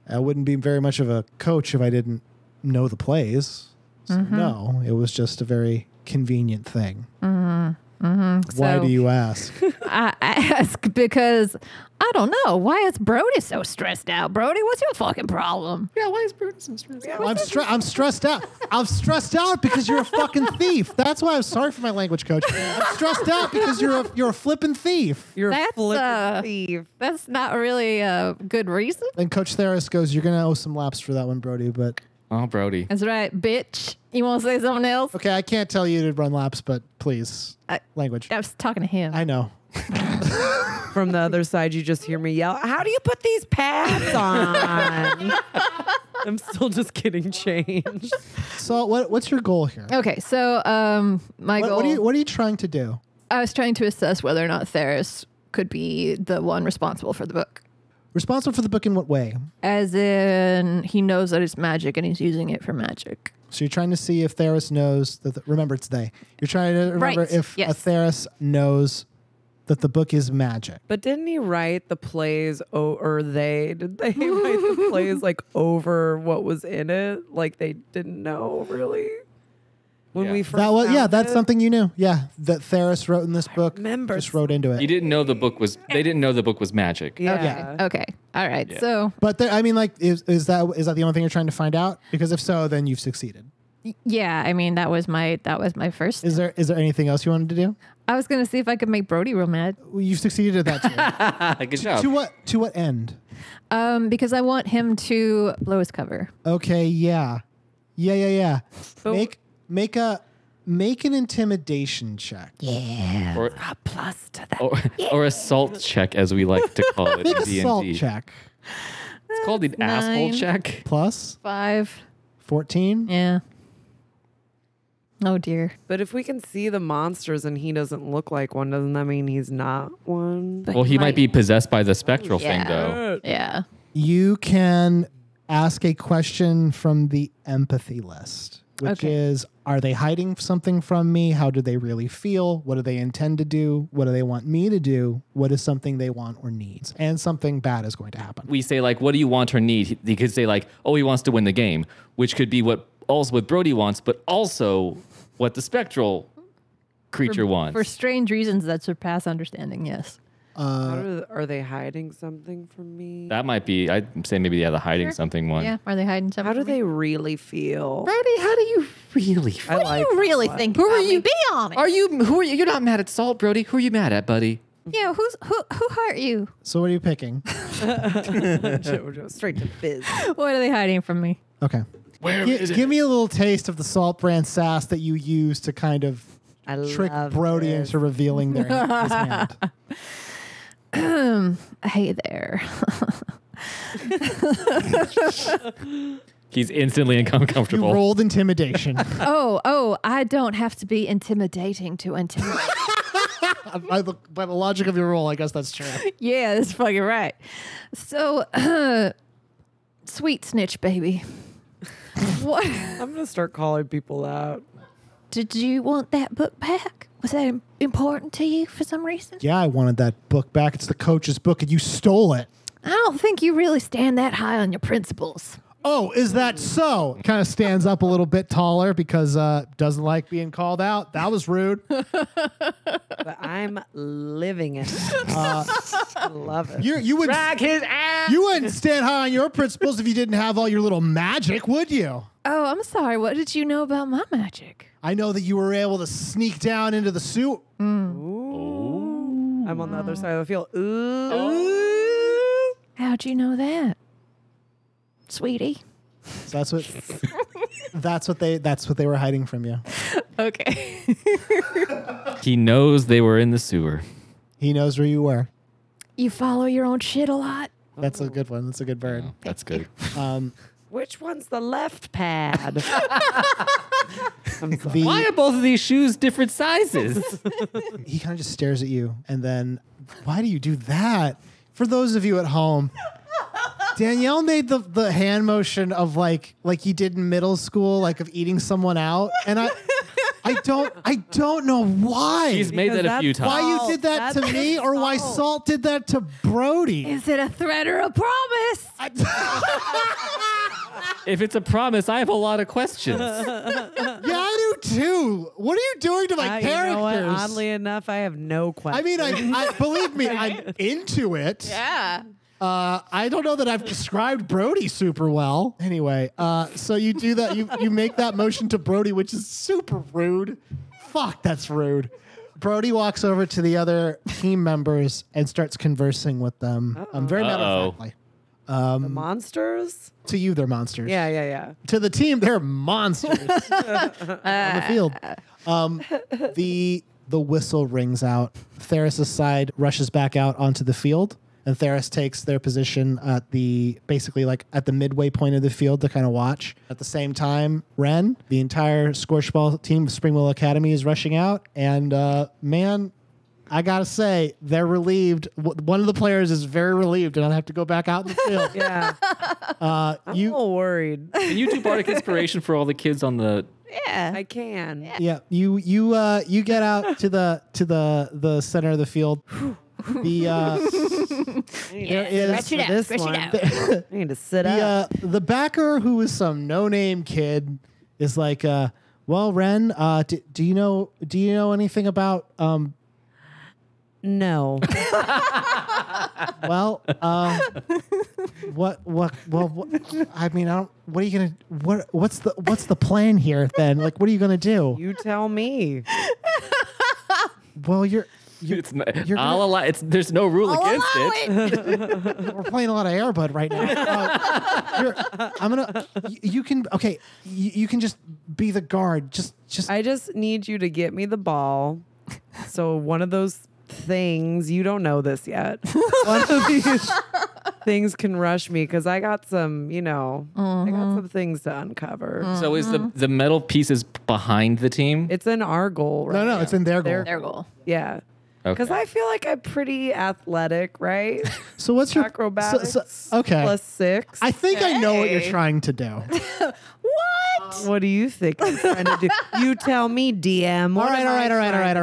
Speaker 1: I wouldn't be very much of a coach if I didn't know the plays. So No, it was just a very convenient thing. Why
Speaker 6: So
Speaker 1: do you ask?
Speaker 6: I ask because I don't know why is Brody so stressed out. Brody, what's your fucking problem?
Speaker 3: yeah, why is Bruton so stressed out?
Speaker 1: Well, I'm, stre- I'm stressed out. I'm stressed out because you're a fucking thief. That's why I'm sorry for my language, coach. I'm stressed out because you're a you're a flippin' thief.
Speaker 4: You're a
Speaker 6: That's,
Speaker 4: flippin'
Speaker 6: uh,
Speaker 4: thief.
Speaker 6: That's not really a good reason.
Speaker 1: And Coach Theris goes, "You're gonna owe some laps for that one, Brody." But
Speaker 3: Oh, Brody.
Speaker 6: That's right, bitch. You want to say something else?
Speaker 1: okay, I can't tell you to run laps, but please,
Speaker 6: I-
Speaker 1: language.
Speaker 6: I was talking to him.
Speaker 1: I know.
Speaker 4: From the other side, you just hear me yell, How do you put these pads on? I'm still just getting changed.
Speaker 1: So what what's your goal here?
Speaker 6: okay, so um, my
Speaker 1: What,
Speaker 6: goal.
Speaker 1: what are you what are you trying to do?
Speaker 6: I was trying to assess whether or not Theris could be the one responsible for the book.
Speaker 1: Responsible for the book in what way?
Speaker 6: As in, he knows that it's magic and he's using it for magic.
Speaker 1: So you're trying to see if Theris knows that. The, remember, it's they. You're trying to remember
Speaker 6: Right,
Speaker 1: if a
Speaker 6: yes.
Speaker 1: Theris knows that the book is magic.
Speaker 4: But didn't he write the plays o or they? Did they write the plays like over what was in it? Like they didn't know really. When
Speaker 3: Yeah.
Speaker 4: we first
Speaker 1: That was yeah.
Speaker 4: found
Speaker 1: That's
Speaker 4: it?
Speaker 1: something you knew. Yeah, that Theris wrote in this book.
Speaker 4: remember
Speaker 1: just wrote into
Speaker 3: You
Speaker 1: it.
Speaker 3: didn't know the book was. They didn't know the book was magic.
Speaker 4: Yeah.
Speaker 6: Okay, all right.
Speaker 3: Yeah.
Speaker 6: So,
Speaker 1: But there, I mean, like, is, is that is that the only thing you're trying to find out? Because if so, then you've succeeded.
Speaker 8: Yeah, I mean that was my that was my first.
Speaker 1: Is there is there anything else you wanted to do?
Speaker 8: I was gonna see if I could make Brody real mad.
Speaker 1: Well, you've succeeded at that.
Speaker 3: Good
Speaker 1: Too.
Speaker 3: job.
Speaker 1: to what to what end?
Speaker 8: Um, because I want him to blow his cover.
Speaker 1: Okay, yeah, yeah, yeah, yeah.
Speaker 4: But-
Speaker 1: make make a make an intimidation check.
Speaker 3: or, a plus to that. Or, or a salt check, as we like to call it.
Speaker 1: Make
Speaker 3: in
Speaker 1: a
Speaker 3: D&D.
Speaker 1: salt check.
Speaker 3: It's called an asshole
Speaker 8: Nine.
Speaker 3: check.
Speaker 1: Plus
Speaker 8: Five.
Speaker 1: fourteen.
Speaker 8: Yeah. Oh dear.
Speaker 4: But if we can see the monsters and he doesn't look like one, doesn't that mean he's not one?
Speaker 8: But
Speaker 3: Well, he might be possessed by the spectral
Speaker 8: Yeah.
Speaker 3: thing, though.
Speaker 8: Yeah.
Speaker 1: You can ask a question from the empathy list, which
Speaker 8: Okay.
Speaker 1: is Are they hiding something from me? How do they really feel? What do they intend to do? What do they want me to do? What is something they want or needs? And something bad is going to happen.
Speaker 3: we say like, "What do you want or need?" He- He could say like, "Oh, he wants to win the game," which could be what also what Brody wants, but also what the spectral creature wants.
Speaker 8: For strange reasons that surpass understanding, yes.
Speaker 4: How do- are they hiding something from me?
Speaker 3: that might be. I'd say maybe yeah, the hiding something one.
Speaker 8: Yeah. Are they hiding something?
Speaker 4: How do
Speaker 8: from me?
Speaker 4: they really feel?
Speaker 3: Brody, how do you really?
Speaker 4: I like
Speaker 6: you really think who are you? Be honest.
Speaker 3: Are you? Who are you? You're not mad at Salt, Brody. Who are you mad at, buddy?
Speaker 6: yeah, who's who? Who hurt you?
Speaker 1: So, what are you picking?
Speaker 4: JoJo, straight to biz.
Speaker 8: What are they hiding from me?
Speaker 1: Okay.
Speaker 3: Where
Speaker 1: Gi- give me a little taste of the salt brand sass that you use to kind of
Speaker 4: I
Speaker 1: trick
Speaker 4: love
Speaker 1: Brody
Speaker 4: this.
Speaker 1: into revealing their his hand.
Speaker 6: Um,
Speaker 8: Hey there.
Speaker 3: He's instantly inco-
Speaker 1: You
Speaker 3: uncomfortable.
Speaker 1: rolled intimidation.
Speaker 8: Oh, oh, I don't
Speaker 6: Have to be intimidating to intimidate.
Speaker 1: by, the, by the logic of your roll, I guess that's true.
Speaker 6: yeah, that's fucking right. So, sweet snitch baby. what
Speaker 4: I'm gonna start calling people out.
Speaker 6: did you want that book back? Was that im- important to you for some reason?
Speaker 1: Yeah, I wanted that book back. It's the coach's book, and you stole it.
Speaker 6: I don't think you really stand that high on your principles.
Speaker 1: Oh, is that so? Kind of stands up a little bit taller because uh, doesn't like being called out. That was rude.
Speaker 4: But I'm living it. I love it.
Speaker 1: You you wouldn't
Speaker 4: his ass.
Speaker 1: you wouldn't stand high on your principles if you didn't have all your little magic, would you?
Speaker 6: Oh, I'm sorry. What did you know about my magic?
Speaker 1: I know that you were able to sneak down into the suit.
Speaker 4: I'm on the other side of the field. Ooh.
Speaker 6: How'd you know that, sweetie?
Speaker 1: So that's what that's what they that's what they were hiding from you.
Speaker 6: Okay.
Speaker 3: He knows they were in the sewer.
Speaker 1: He knows where you were.
Speaker 6: you follow your own shit a lot.
Speaker 1: That's a good one. That's a good bird.
Speaker 3: Oh, that's good.
Speaker 1: Um,
Speaker 4: Which one's the left pad? I'm sorry.
Speaker 1: the,
Speaker 3: Why are both of these shoes different sizes?
Speaker 1: he kind of just stares at you and then why do you do that for those of you at home danielle made the, the hand motion of like like you did in middle school like of eating someone out and i i don't i don't know why
Speaker 3: She's made
Speaker 4: Because
Speaker 3: that a few
Speaker 4: that's-
Speaker 3: times.
Speaker 1: why you did
Speaker 4: Salt.
Speaker 1: that to
Speaker 4: That's
Speaker 1: me or why
Speaker 4: salt.
Speaker 1: salt did that to brody
Speaker 6: Is it a threat or a promise?
Speaker 3: If it's a promise, I have a lot of questions.
Speaker 1: yeah i do too what are you doing to my
Speaker 4: I- Uh, you
Speaker 1: characters
Speaker 4: know what? Oddly enough, I have no
Speaker 1: I
Speaker 4: questions.
Speaker 1: mean, I, I believe me, I'm into it.
Speaker 6: Yeah.
Speaker 1: Uh, I don't know that I've described Brody super well. Anyway, uh, so you do that, you you make that motion to Brody, which is super rude. Fuck, that's rude. Brody walks over to the other team members and starts conversing with them. Um, very matter
Speaker 3: Uh-oh.
Speaker 1: of factly.
Speaker 4: the monsters?
Speaker 1: To you, they're monsters.
Speaker 4: Yeah, yeah, yeah.
Speaker 1: To the team, they're monsters on the field. Um, the the whistle rings out. Theris' side rushes back out onto the field, and Theris takes their position at the basically like at the midway point of the field to kind of watch. At the same time, Ren, the entire Scorchball team of Springwell Academy is rushing out, and uh, man. I gotta say, they're relieved. W- One of the players is very relieved to not have to go back out in the field.
Speaker 4: Yeah.
Speaker 1: Uh,
Speaker 4: I'm
Speaker 1: you,
Speaker 4: a little worried.
Speaker 3: Can you do bardic inspiration for all the kids on the?
Speaker 6: Yeah.
Speaker 4: I can.
Speaker 1: yeah you you uh you get out to the to the the center of the field the uh
Speaker 4: Yeah,
Speaker 1: is-
Speaker 4: for this one.
Speaker 1: the,
Speaker 4: I need to sit
Speaker 1: the,
Speaker 4: up.
Speaker 1: uh, the backer who is some no-name kid is like uh well ren uh d- do you know do you know anything about um
Speaker 4: no.
Speaker 1: well um what what well what, i mean i don't what are you gonna what what's the what's the plan here then like what are you gonna do
Speaker 4: you tell me.
Speaker 1: well you're
Speaker 3: It's not,
Speaker 1: you're
Speaker 3: I'll
Speaker 1: gonna-
Speaker 3: allow, it's, there's no rule against it.
Speaker 1: We're playing a lot of Airbud right now. Uh, you're- I'm gonna. You, you can okay. You, you can just be the guard. Just just
Speaker 4: I just need you to get me the ball. So one of those things, you don't know this yet. one of these things can rush me because I got some, you know, I got some things to uncover.
Speaker 3: So is
Speaker 1: Uh-huh.
Speaker 3: the the metal pieces behind the team?
Speaker 4: It's in our goal, right?
Speaker 1: no no. It's in their goal.
Speaker 6: Their goal.
Speaker 4: Yeah. Because I feel like I'm pretty athletic, right?
Speaker 1: So what's your
Speaker 4: Acrobatics.
Speaker 1: So, so, okay.
Speaker 4: Plus six.
Speaker 1: I think I know what you're
Speaker 6: Hey.
Speaker 1: trying to do.
Speaker 4: what do you think I'm trying to do? You tell me, DM. What
Speaker 1: All right,
Speaker 4: am
Speaker 1: all
Speaker 4: I
Speaker 1: right, all right, all
Speaker 4: trying
Speaker 1: right, all
Speaker 4: to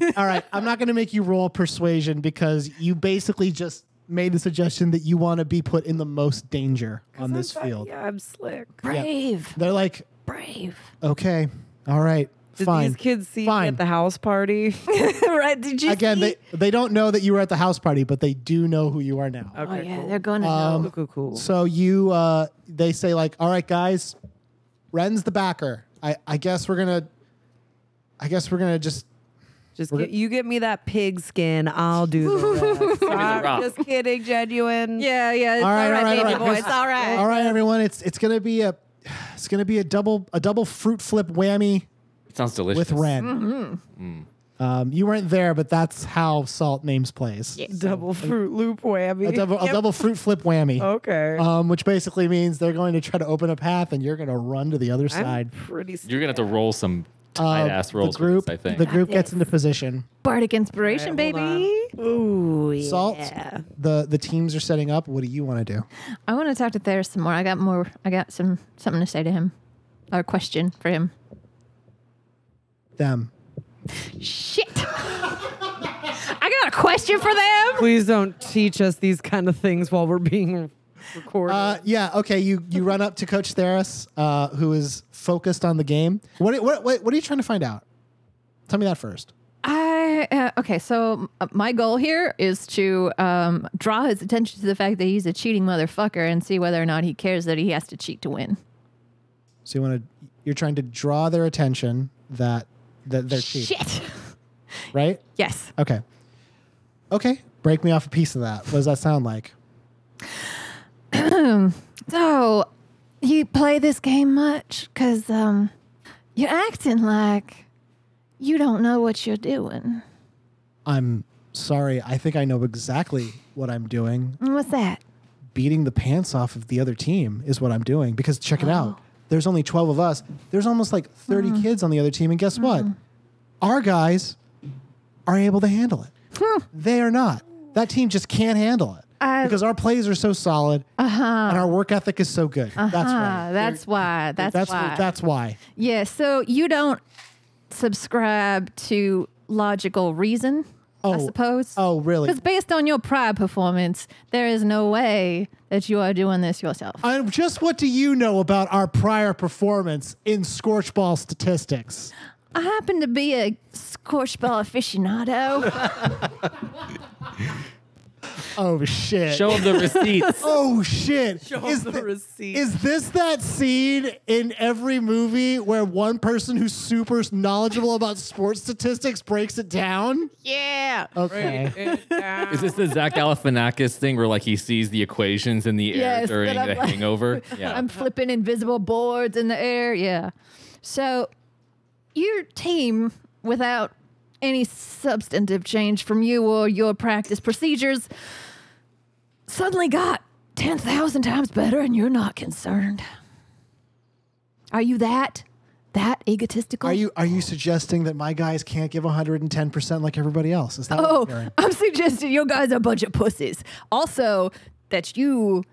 Speaker 4: do?
Speaker 1: all right. I'm not gonna make you roll persuasion because you basically just made the suggestion that you want to be put in the most danger on this
Speaker 4: I'm-
Speaker 1: field.
Speaker 4: Yeah, I'm slick.
Speaker 6: Brave.
Speaker 1: They're like,
Speaker 6: Brave.
Speaker 1: okay, all right,
Speaker 4: Did
Speaker 1: fine.
Speaker 4: these kids see me
Speaker 1: Fine.
Speaker 4: at the house party?
Speaker 6: right? Did you
Speaker 1: Again,
Speaker 6: see-
Speaker 1: they, they don't know that you were at the house party, but they do know who you are now.
Speaker 6: Oh
Speaker 4: Okay,
Speaker 6: yeah,
Speaker 4: cool.
Speaker 6: they're going to
Speaker 1: Um,
Speaker 4: cool, cool, cool.
Speaker 1: So you, uh, they say like, all right, guys, Ren's the backer. I, I guess we're gonna, I guess we're gonna just.
Speaker 4: just get, you get me that pig skin, I'll do the rest. I'm
Speaker 3: rock.
Speaker 4: just kidding, genuine.
Speaker 6: know. Yeah, yeah. It's
Speaker 1: All right, all right,
Speaker 6: baby
Speaker 1: all right.
Speaker 6: boy. It's all right.
Speaker 1: All right, everyone, it's it's gonna be a, it's gonna be a double a double fruit flip whammy
Speaker 3: It sounds delicious.
Speaker 1: with Ren.
Speaker 4: Mm-hmm.
Speaker 1: Um, you weren't there, but that's how Salt names plays.
Speaker 4: Double Fruit Loop whammy.
Speaker 1: A double a double fruit flip whammy.
Speaker 4: okay.
Speaker 1: Um, which basically means they're going to try to open a path, and you're going to run to the other
Speaker 4: I'm
Speaker 1: side.
Speaker 4: pretty. s-
Speaker 3: You're gonna have to roll some tight ass rolls.
Speaker 1: Uh, the group,
Speaker 3: with this, I think.
Speaker 1: the group gets into position.
Speaker 6: Bardic inspiration,
Speaker 4: All right, hold
Speaker 6: baby.
Speaker 4: Ooh, yeah.
Speaker 1: Salt. The the teams are setting up. What do you want to do?
Speaker 6: I want to talk to Theris some more. I got more. I got some something to say to him, or a question for him.
Speaker 1: Them.
Speaker 6: Shit. I got a question for them.
Speaker 4: Please don't teach us these kind of things while we're being recorded.
Speaker 1: Uh, yeah. Okay. You you run up to Coach Theris, uh, who is focused on the game. What what what, what are you trying to find out? Tell me that first.
Speaker 6: I uh, okay. So uh, my goal here is to um, draw his attention to the fact that he's a cheating motherfucker and see whether or not he cares that he has to cheat to win.
Speaker 1: So you want to you're trying to draw their attention that that they're cheating,
Speaker 6: Shit.
Speaker 1: right?
Speaker 6: Yes.
Speaker 1: Okay. Okay. Break me off a piece of that. What does that sound like?
Speaker 6: Um, so you play this game much? Cause um, you're acting like you don't know what you're doing.
Speaker 1: I'm sorry. I think I know exactly what I'm doing.
Speaker 6: What's that?
Speaker 1: Beating the pants off of the other team is what I'm doing because check it
Speaker 6: Oh. Mm.
Speaker 1: out. There's only 12 of us. There's almost like 30 kids on the other team. And guess what? Our guys are able to handle it. They are not. That team just can't handle it
Speaker 6: I- Uh-huh.
Speaker 1: because our plays are so solid and our work ethic is so good. That's
Speaker 6: Ah,
Speaker 1: right.
Speaker 6: that's why. That's,
Speaker 1: That's
Speaker 6: why.
Speaker 1: that's why.
Speaker 6: yeah. So you don't subscribe to logical reason. I
Speaker 1: Oh,
Speaker 6: suppose.
Speaker 1: Oh, really?
Speaker 6: Because based on your prior performance, there is no way that you are doing this yourself.
Speaker 1: i just what do you know about our prior performance in Scorchball statistics?
Speaker 6: I happen to be a scorchball aficionado.
Speaker 1: Oh shit!
Speaker 3: Show them the receipts.
Speaker 1: oh shit! is,
Speaker 4: the
Speaker 1: thi-
Speaker 4: receipt.
Speaker 1: is this that scene in every movie where one person who's super knowledgeable about sports statistics breaks it down?
Speaker 4: yeah.
Speaker 1: Okay.
Speaker 3: Is this the Zach Galifianakis thing where like he sees the equations in the air
Speaker 6: Yes,
Speaker 3: during
Speaker 6: that
Speaker 3: the
Speaker 6: I'm like-
Speaker 3: Hangover? Yeah.
Speaker 6: I'm flipping invisible boards in the air. Yeah. So your team, without any substantive change from you or your practice procedures, suddenly got 10,000 times better and you're not concerned. Are you that? That egotistical?
Speaker 1: Are you are you suggesting that my guys can't give 110 percent like everybody else? Is that
Speaker 6: Oh,
Speaker 1: what you're hearing?
Speaker 6: I'm suggesting you guys are a bunch of pussies. Also, that you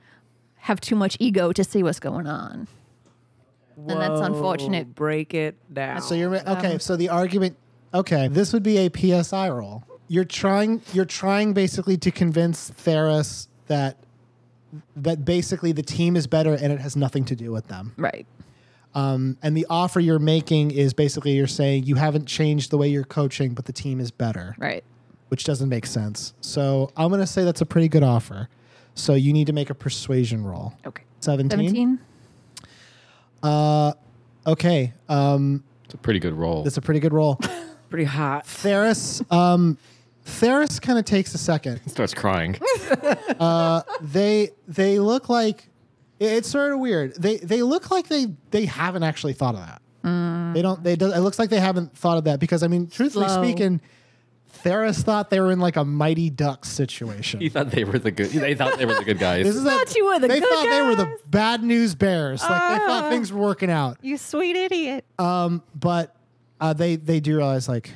Speaker 6: have too much ego to see what's going on. And that's unfortunate.
Speaker 4: Break it down.
Speaker 1: So you're okay. So the argument, okay, this would be a PSI role. You're trying, you're trying basically to convince Theros that that basically the team is better and it has nothing to do with them.
Speaker 6: Right.
Speaker 1: Um, and the offer you're making is basically you're saying you haven't changed the way you're coaching, but the team is better,
Speaker 6: Right.
Speaker 1: which doesn't make sense. So I'm gonna say that's a pretty good offer. So you need to make a persuasion roll.
Speaker 6: Okay.
Speaker 1: 17?
Speaker 6: 17?
Speaker 1: Okay, um,
Speaker 3: it's a pretty good role.
Speaker 1: that's a pretty good roll.
Speaker 4: pretty hot.
Speaker 1: Theros, um, Theros kind of takes a second.
Speaker 3: Starts crying.
Speaker 1: they they look like it- it's sort of weird. They they look like they they haven't actually thought of that. They don't. They do, it looks like they haven't thought of that because I mean, truthfully
Speaker 6: Mm. Slow.
Speaker 1: speaking, Theros thought they were in like a Mighty Duck situation.
Speaker 3: He thought they were the good. They thought they were the good guys.
Speaker 1: This is
Speaker 6: Thought you were the
Speaker 1: they
Speaker 6: good Ah.
Speaker 1: thought they were the bad news bears. Like they thought things were working out.
Speaker 6: You sweet idiot.
Speaker 1: but uh, they they do realize like,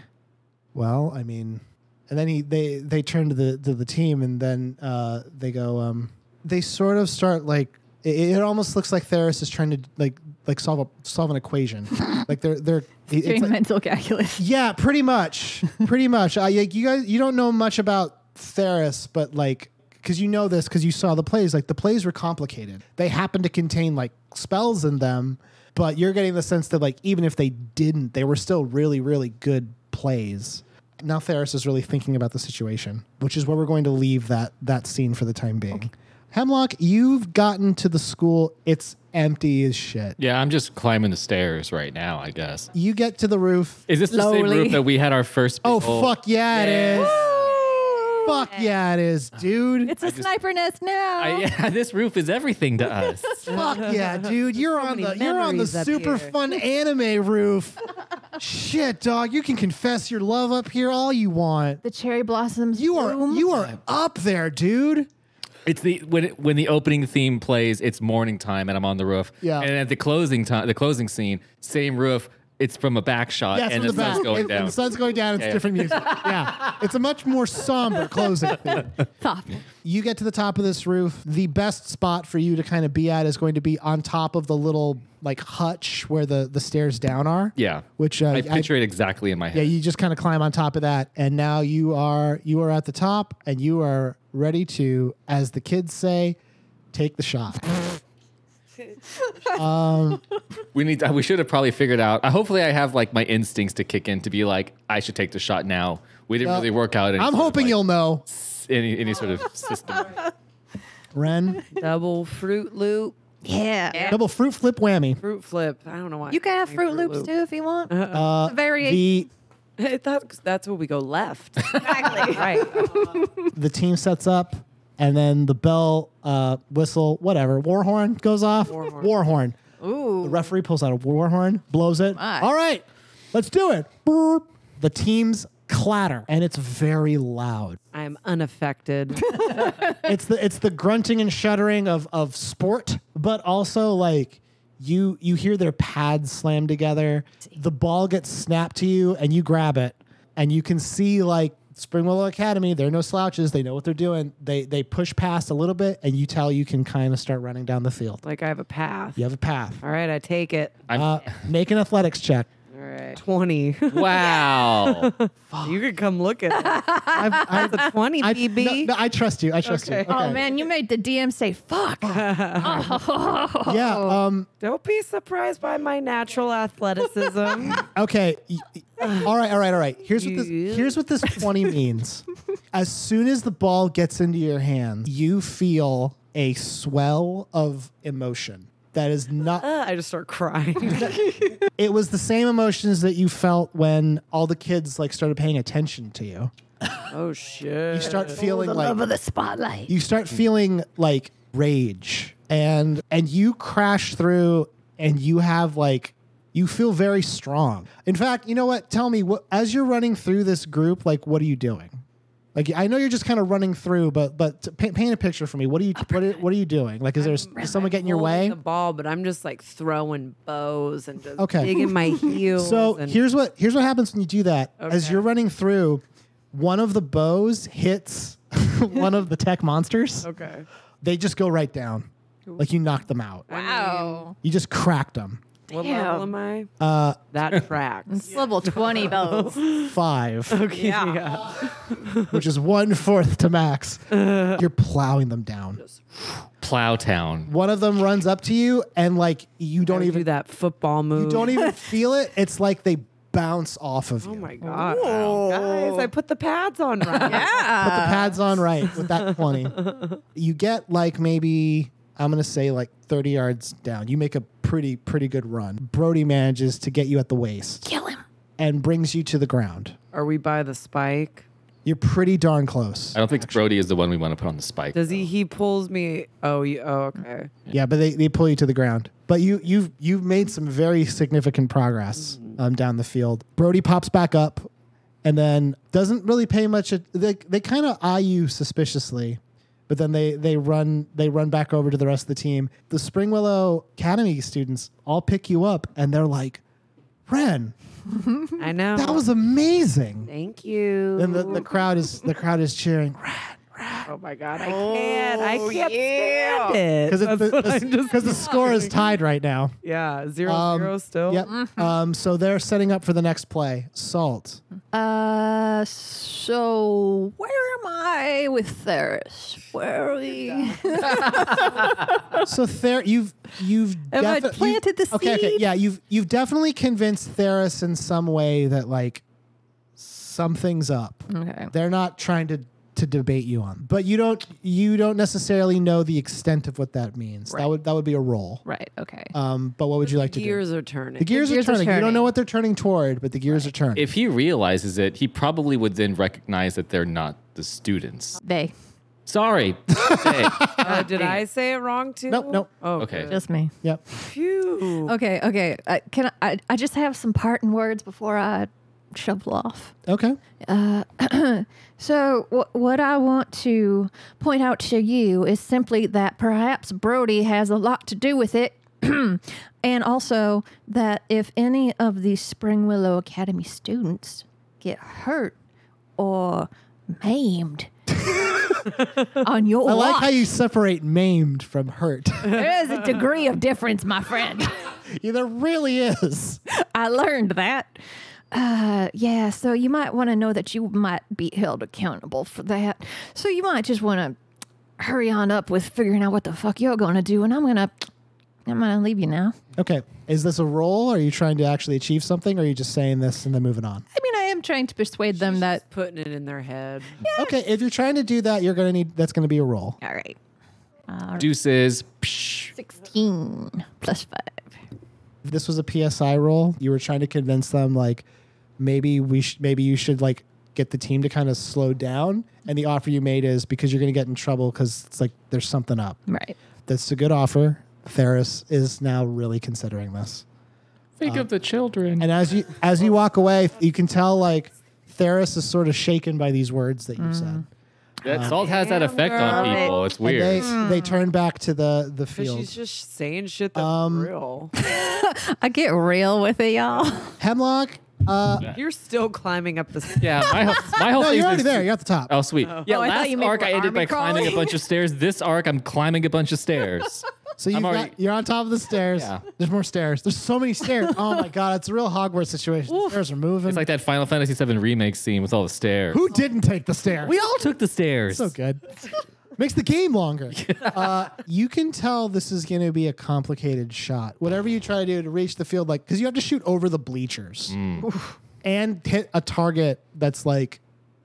Speaker 1: well, I mean, and then he they they turn to the to the team and then uh, they go um, they sort of start like it, it almost looks like Theros is trying to like like solve a solve an equation like they're they're it's
Speaker 6: Doing
Speaker 1: like-
Speaker 6: mental calculus.
Speaker 1: yeah pretty much pretty much I like you guys you don't know much about Theros but like. Because you know this, because you saw the plays. Like the plays were complicated. They happen to contain like spells in them, but you're getting the sense that like even if they didn't, they were still really, really good plays. Now Theros is really thinking about the situation, which is where we're going to leave that that scene for the time being. Hemlock, you've gotten to the school. It's empty as shit.
Speaker 3: yeah, I'm just climbing the stairs right now. I guess.
Speaker 1: You get to the roof.
Speaker 3: Is this the same
Speaker 6: Slowly.
Speaker 3: roof that we had our first?
Speaker 1: Oh
Speaker 3: big old-
Speaker 1: fuck yeah, it is. Fuck yeah, it is, dude.
Speaker 6: It's a sniper nest now.
Speaker 3: I, yeah, this roof is everything to us.
Speaker 1: Fuck yeah, dude! You're on
Speaker 4: many
Speaker 1: the you're on the
Speaker 4: memories up
Speaker 1: super
Speaker 4: here.
Speaker 1: fun anime roof. Shit, dog! You can confess your love up here all you want.
Speaker 6: the cherry blossoms.
Speaker 1: You are
Speaker 6: bloom.
Speaker 1: you are up there, dude.
Speaker 3: It's the when it, when the opening theme plays, it's morning time, and I'm on the roof.
Speaker 1: Yeah.
Speaker 3: And at the closing time, the closing scene, same roof. It's from a back shot,
Speaker 1: Yeah, it's
Speaker 3: Uh, and
Speaker 1: from
Speaker 3: the,
Speaker 1: the back.
Speaker 3: sun's going
Speaker 1: And-
Speaker 3: down.
Speaker 1: and the sun's going down. It's
Speaker 3: Yeah, yeah.
Speaker 1: different music. yeah, it's a much more somber closing. theme.
Speaker 6: Thoughtful.
Speaker 1: You get to the top of this roof. The best spot for you to kind of be at is going to be on top of the little like hutch where the the stairs down are.
Speaker 3: yeah.
Speaker 1: which uh,
Speaker 3: I picture it exactly in my
Speaker 1: Yeah,
Speaker 3: head.
Speaker 1: you just kind of climb on top of that, and now you are you are at the top, and you are ready to, as the kids say, take the shot.
Speaker 3: We need. we should have probably figured out. Uh, hopefully, I have like my instincts to kick in to be like, I should take the shot now. We didn't
Speaker 1: Yeah.
Speaker 3: really work out. Any
Speaker 1: I'm
Speaker 3: sort of,
Speaker 1: hoping
Speaker 3: like,
Speaker 1: you'll know,
Speaker 3: any any sort of system.
Speaker 1: Ren.
Speaker 4: Double Fruit Loop.
Speaker 6: Yeah.
Speaker 1: Double fruit flip whammy.
Speaker 4: Fruit Flip. I don't know why.
Speaker 6: You can have
Speaker 4: Hey,
Speaker 6: Fruit Loops too if you want.
Speaker 1: Uh,
Speaker 6: It's a variation.
Speaker 1: the
Speaker 4: Loop. That's that's where we go left.
Speaker 6: exactly.
Speaker 4: right.
Speaker 1: the team sets up, and then the bell, uh, whistle, whatever, war horn goes off.
Speaker 4: War horn.
Speaker 1: War horn.
Speaker 9: Ooh.
Speaker 1: The referee pulls out a war horn, blows it.
Speaker 9: My.
Speaker 1: All right, let's do it. Burp. The teams clatter, and it's very loud.
Speaker 4: I'm unaffected.
Speaker 1: it's the it's the grunting and shuddering of of sport, but also like you you hear their pads slam together. The ball gets snapped to you, and you grab it, and you can see like Spring Willow Academy. They're no slouches. They know what they're doing. They they push past a little bit, and you tell you can kind of start running down the field.
Speaker 4: like I have a path.
Speaker 1: You have a path.
Speaker 4: All right, I take it.
Speaker 3: I'm,
Speaker 1: Uh, make an athletics check.
Speaker 4: All right. 20.
Speaker 3: wow.
Speaker 4: you could come look at it.
Speaker 1: I've, I've,
Speaker 4: It's a 20,
Speaker 1: I,
Speaker 4: BB.
Speaker 1: no, no, I trust you. I trust you.
Speaker 4: E Okay.
Speaker 1: Okay.
Speaker 6: Oh man, you made the DM say fuck.
Speaker 1: Yeah. Um.
Speaker 4: Don't be surprised by my natural athleticism.
Speaker 1: Okay. y- y- All right. All right. All right. Here's what this.
Speaker 4: Yeah.
Speaker 1: Here's what this twenty means. As soon as the ball gets into your hand, you feel a swell of emotion. That is not.
Speaker 4: Uh, I just start crying.
Speaker 1: It was the same emotions that you felt when all the kids like started paying attention to you.
Speaker 4: oh, shit.
Speaker 1: You start feeling like
Speaker 6: the spotlight.
Speaker 1: you start
Speaker 4: Hmm.
Speaker 1: feeling like rage and and you crash through and you have like you feel very strong in fact you know what tell me what as you're running through this group like what are you doing like i know you're just kind of running through but but to pa- paint a picture for me what are you what are, what are you doing like is there s- is someone getting in your
Speaker 4: holding
Speaker 1: way
Speaker 4: The ball, but I'm just like throwing bows and just
Speaker 1: Okay.
Speaker 4: digging my heels.
Speaker 1: so
Speaker 4: and
Speaker 1: here's what here's what happens when you do that as
Speaker 4: Okay.
Speaker 1: you're running through one of the bows hits one of the tech monsters
Speaker 4: okay.
Speaker 1: they just go right down like you knock them out
Speaker 9: Wow.
Speaker 1: You just cracked them.
Speaker 4: What
Speaker 9: Damn.
Speaker 4: level am I?
Speaker 1: Uh,
Speaker 4: That tracks.
Speaker 9: It's level 20 bows.
Speaker 1: five,
Speaker 4: okay. Yeah.
Speaker 1: which is one fourth to max. You're plowing them down.
Speaker 3: Plowtown.
Speaker 1: One of them runs up to you, and like you
Speaker 4: Don't
Speaker 1: don't
Speaker 4: even
Speaker 1: even
Speaker 4: do that football move.
Speaker 1: you don't even feel it. It's like they bounce off of you.
Speaker 4: Oh my god, guys! I put the pads on right.
Speaker 1: Put the
Speaker 9: yeah.
Speaker 1: pads on right with that twenty. you get like maybe I'm gonna say like thirty yards down. You make a pretty pretty good run. Brody manages to get you at the waist. Kill him. And brings you to the ground.
Speaker 4: Are we by the spike?
Speaker 1: You're pretty darn close.
Speaker 3: I don't think Brody is the one we want to put on the spike.
Speaker 4: Does he? He pulls me. Oh, you, oh, okay.
Speaker 1: Yeah, but they, they pull you to the ground. But you you've you've made some very significant progress um, down the field. Brody pops back up, and then doesn't really pay much. At, they they kind of eye you suspiciously, but then they they run they run back over to the rest of the team. The Spring Willow Academy students all pick you up, and they're like, "Ren,
Speaker 4: I know.
Speaker 1: that was amazing."
Speaker 4: Thank you.
Speaker 1: And the, the crowd is the crowd is cheering.
Speaker 4: oh my god, I can't. I can't stand it.
Speaker 1: Because
Speaker 4: That's what I'm
Speaker 1: the,
Speaker 4: just-
Speaker 1: 'cause the score is tied right now.
Speaker 4: yeah, zero
Speaker 1: Um,
Speaker 4: zero still.
Speaker 1: Yep.
Speaker 6: Mm-hmm.
Speaker 1: Um, so they're setting up for the next play. Salt.
Speaker 6: Uh, so where am I with Theris? Where are we?
Speaker 1: So Ther- you've you've
Speaker 6: Have I
Speaker 1: defi- you-
Speaker 6: planted the
Speaker 1: Okay, okay,
Speaker 6: seed?
Speaker 1: yeah. You've you've definitely convinced Theris in some way that like something's up.
Speaker 6: okay.
Speaker 1: They're not trying to to debate you on, but you don't you don't necessarily know the extent of what that means. That would that would be a role.
Speaker 6: Right. Okay.
Speaker 1: Um, but what would you like to do?
Speaker 4: Gears are turning.
Speaker 1: The gears,
Speaker 6: gears
Speaker 1: are,
Speaker 6: are
Speaker 1: turning. You don't know
Speaker 6: turning.
Speaker 1: what they're turning toward, but the gears are turning.
Speaker 3: If he realizes it, he probably would then recognize that they're not the students.
Speaker 6: They.
Speaker 3: Sorry. Hey.
Speaker 4: Uh, did I say it wrong too?
Speaker 1: Nope, nope.
Speaker 4: Oh,
Speaker 3: Okay.
Speaker 4: good.
Speaker 6: Just me.
Speaker 1: yep.
Speaker 4: Phew.
Speaker 6: Okay. Okay. Uh, can I, I? I just have some parting words before I shovel off.
Speaker 1: Okay.
Speaker 6: So, wh- what I want to point out to you is simply that perhaps Brody has a lot to do with it. and also that if any of the Spring Willow Academy students get hurt or maimed on your
Speaker 1: I like
Speaker 6: watch,
Speaker 1: how you separate maimed from hurt.
Speaker 6: there is a degree of difference, my friend.
Speaker 1: Yeah, there really is.
Speaker 6: I learned that. Uh, yeah, so you might want to know that you might be held accountable for that. So you might just want to hurry on up with figuring out what the fuck you're going to do, and I'm gonna, I'm gonna leave you now.
Speaker 1: Okay. Is this a role? Are you trying to actually achieve something? Or are you just saying this and then moving on?
Speaker 6: I mean, I am trying to persuade them that.
Speaker 4: Putting it in their head.
Speaker 1: Okay. If you're trying to do that, you're going to need, that's going to be a role.
Speaker 6: All right,
Speaker 3: Deuces. Psh.
Speaker 6: sixteen plus five.
Speaker 1: If this was a PSI role, you were trying to convince them, like, maybe we should, maybe you should, like, get the team to kind of slow down. And the offer you made is because you're going to get in trouble because it's like there's something up.
Speaker 6: Right.
Speaker 1: That's a good offer. Theris is now really considering this.
Speaker 3: Think of the children.
Speaker 1: And as you as you walk away, you can tell like Theris is sort of shaken by these words that you've said.
Speaker 3: That salt has that effect on
Speaker 10: girl.
Speaker 3: people. It's
Speaker 1: And
Speaker 3: weird.
Speaker 1: they they turn back to the the
Speaker 4: Because
Speaker 1: field.
Speaker 4: she's just saying shit that's
Speaker 1: Um,
Speaker 4: real.
Speaker 6: I get real with it, y'all.
Speaker 1: Hemlock.
Speaker 3: Oh,
Speaker 1: Uh,
Speaker 4: You're still climbing up the
Speaker 3: yeah, my whole, my whole
Speaker 1: no,
Speaker 3: thing's
Speaker 1: you're already
Speaker 3: been-
Speaker 1: there. You're at the top.
Speaker 3: Oh sweet. Yeah,
Speaker 6: Oh, I thought
Speaker 3: last
Speaker 6: you meant
Speaker 3: arc
Speaker 6: we're
Speaker 3: I ended by
Speaker 6: army
Speaker 3: climbing a
Speaker 6: crawling.
Speaker 3: bunch of stairs. This arc I'm climbing a bunch of stairs.
Speaker 1: So you've
Speaker 3: I'm already-
Speaker 1: got, you're on top of the stairs.
Speaker 3: Yeah.
Speaker 1: There's more stairs. There's so many stairs. oh my god, it's a real Hogwarts situation. The stairs are moving.
Speaker 3: It's like that Final Fantasy VII remake scene with all the stairs.
Speaker 1: Who didn't take the stairs?
Speaker 3: We all took the stairs.
Speaker 1: so good. Makes the game longer. uh, you can tell this is going to be a complicated shot. Whatever you try to do to reach the field, like because you have to shoot over the bleachers and hit a target that's like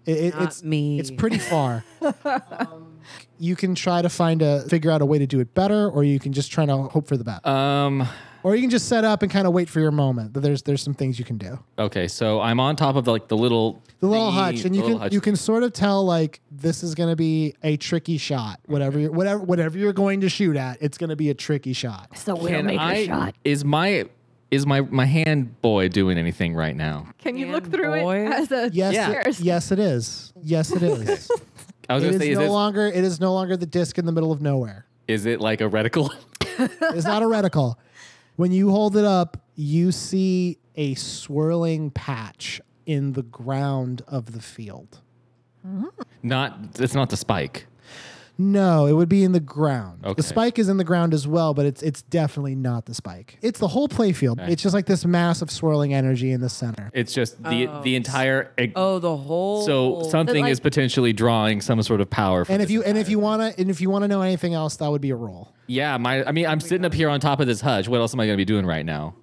Speaker 1: it, it-
Speaker 4: Not
Speaker 1: it's
Speaker 4: me.
Speaker 1: It's pretty far. Um, you can try to find a figure out a way to do it better, or you can just try to hope for the best,
Speaker 3: Um.
Speaker 1: or you can just set up and kind of wait for your moment. But there's there's some things you can do.
Speaker 3: Okay, so I'm on top of like the little
Speaker 1: The little
Speaker 3: thingy,
Speaker 1: hutch, and
Speaker 3: the
Speaker 1: you
Speaker 3: little
Speaker 1: can
Speaker 3: hutch.
Speaker 1: you can sort of tell like this is going to be a tricky shot. Whatever you're, whatever whatever you're going to shoot at, it's going to be a tricky shot.
Speaker 6: So we'll
Speaker 3: Can
Speaker 6: make
Speaker 3: I?
Speaker 6: a shot.
Speaker 3: Is my is my my hand boy doing anything right now?
Speaker 6: Can you look
Speaker 4: Man,
Speaker 6: through
Speaker 4: boy.
Speaker 6: it as a
Speaker 1: Yes,
Speaker 3: Yeah.
Speaker 1: it- yes, it is. Yes, it is.
Speaker 3: I was
Speaker 1: it
Speaker 3: gonna
Speaker 1: is
Speaker 3: say, is,
Speaker 1: no
Speaker 3: this,
Speaker 1: longer it is no longer the disc in the middle of nowhere.
Speaker 3: is it like a reticle?
Speaker 1: It's not a reticle. When you hold it up, you see a swirling patch in the ground of the field.
Speaker 3: not, it's not the spike.
Speaker 1: No, it would be in the ground.
Speaker 3: Okay.
Speaker 1: The spike is in the ground as well, but it's it's definitely not the spike. It's the whole playfield. It's just like this mass of swirling energy in the center.
Speaker 3: It's just the the entire. e-
Speaker 4: Oh, the whole.
Speaker 3: so something
Speaker 6: like-
Speaker 3: is potentially drawing some sort of power. From
Speaker 1: And if
Speaker 3: this
Speaker 1: you and if
Speaker 3: entire-
Speaker 1: you wanna and if you wanna know anything else, that would be a roll.
Speaker 3: yeah, my I mean, I'm sitting up here on top of this hutch. What else am I gonna be doing right now?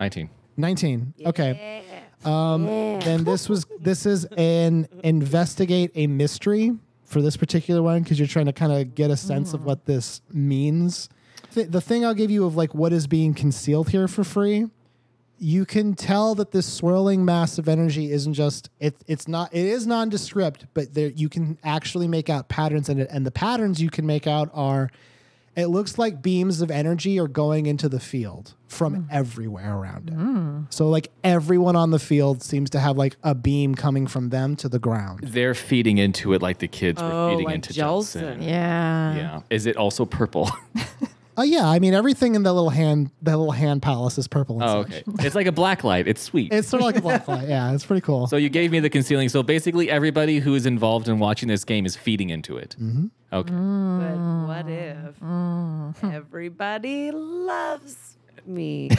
Speaker 3: Nineteen.
Speaker 1: Nineteen. Okay. Um, Then this was this is an investigate a mystery for this particular one because you're trying to kind of get a sense of what this means. Th- the thing I'll give you of like what is being concealed here for free, you can tell that this swirling mass of energy isn't just it. It's not. It is nondescript, but there you can actually make out patterns in it, and the patterns you can make out are. It looks like beams of energy are going into the field from everywhere around it. So like everyone on the field seems to have like a beam coming from them to the ground.
Speaker 3: They're feeding into it like the kids were
Speaker 4: Oh,
Speaker 3: feeding
Speaker 4: like
Speaker 3: into
Speaker 4: Jelson.
Speaker 3: Jelson.
Speaker 6: yeah.
Speaker 3: Yeah. Is it also purple?
Speaker 1: Oh yeah, I mean everything in that little hand that little hand palace is purple. And
Speaker 3: oh,
Speaker 1: such.
Speaker 3: okay. it's like a black light. It's sweet.
Speaker 1: It's sort of like a black light. Yeah, it's pretty cool.
Speaker 3: So you gave me the concealing. So basically, everybody who is involved in watching this game is feeding into it. Mm-hmm. Okay.
Speaker 4: But
Speaker 6: Mm.
Speaker 4: what if everybody loves me?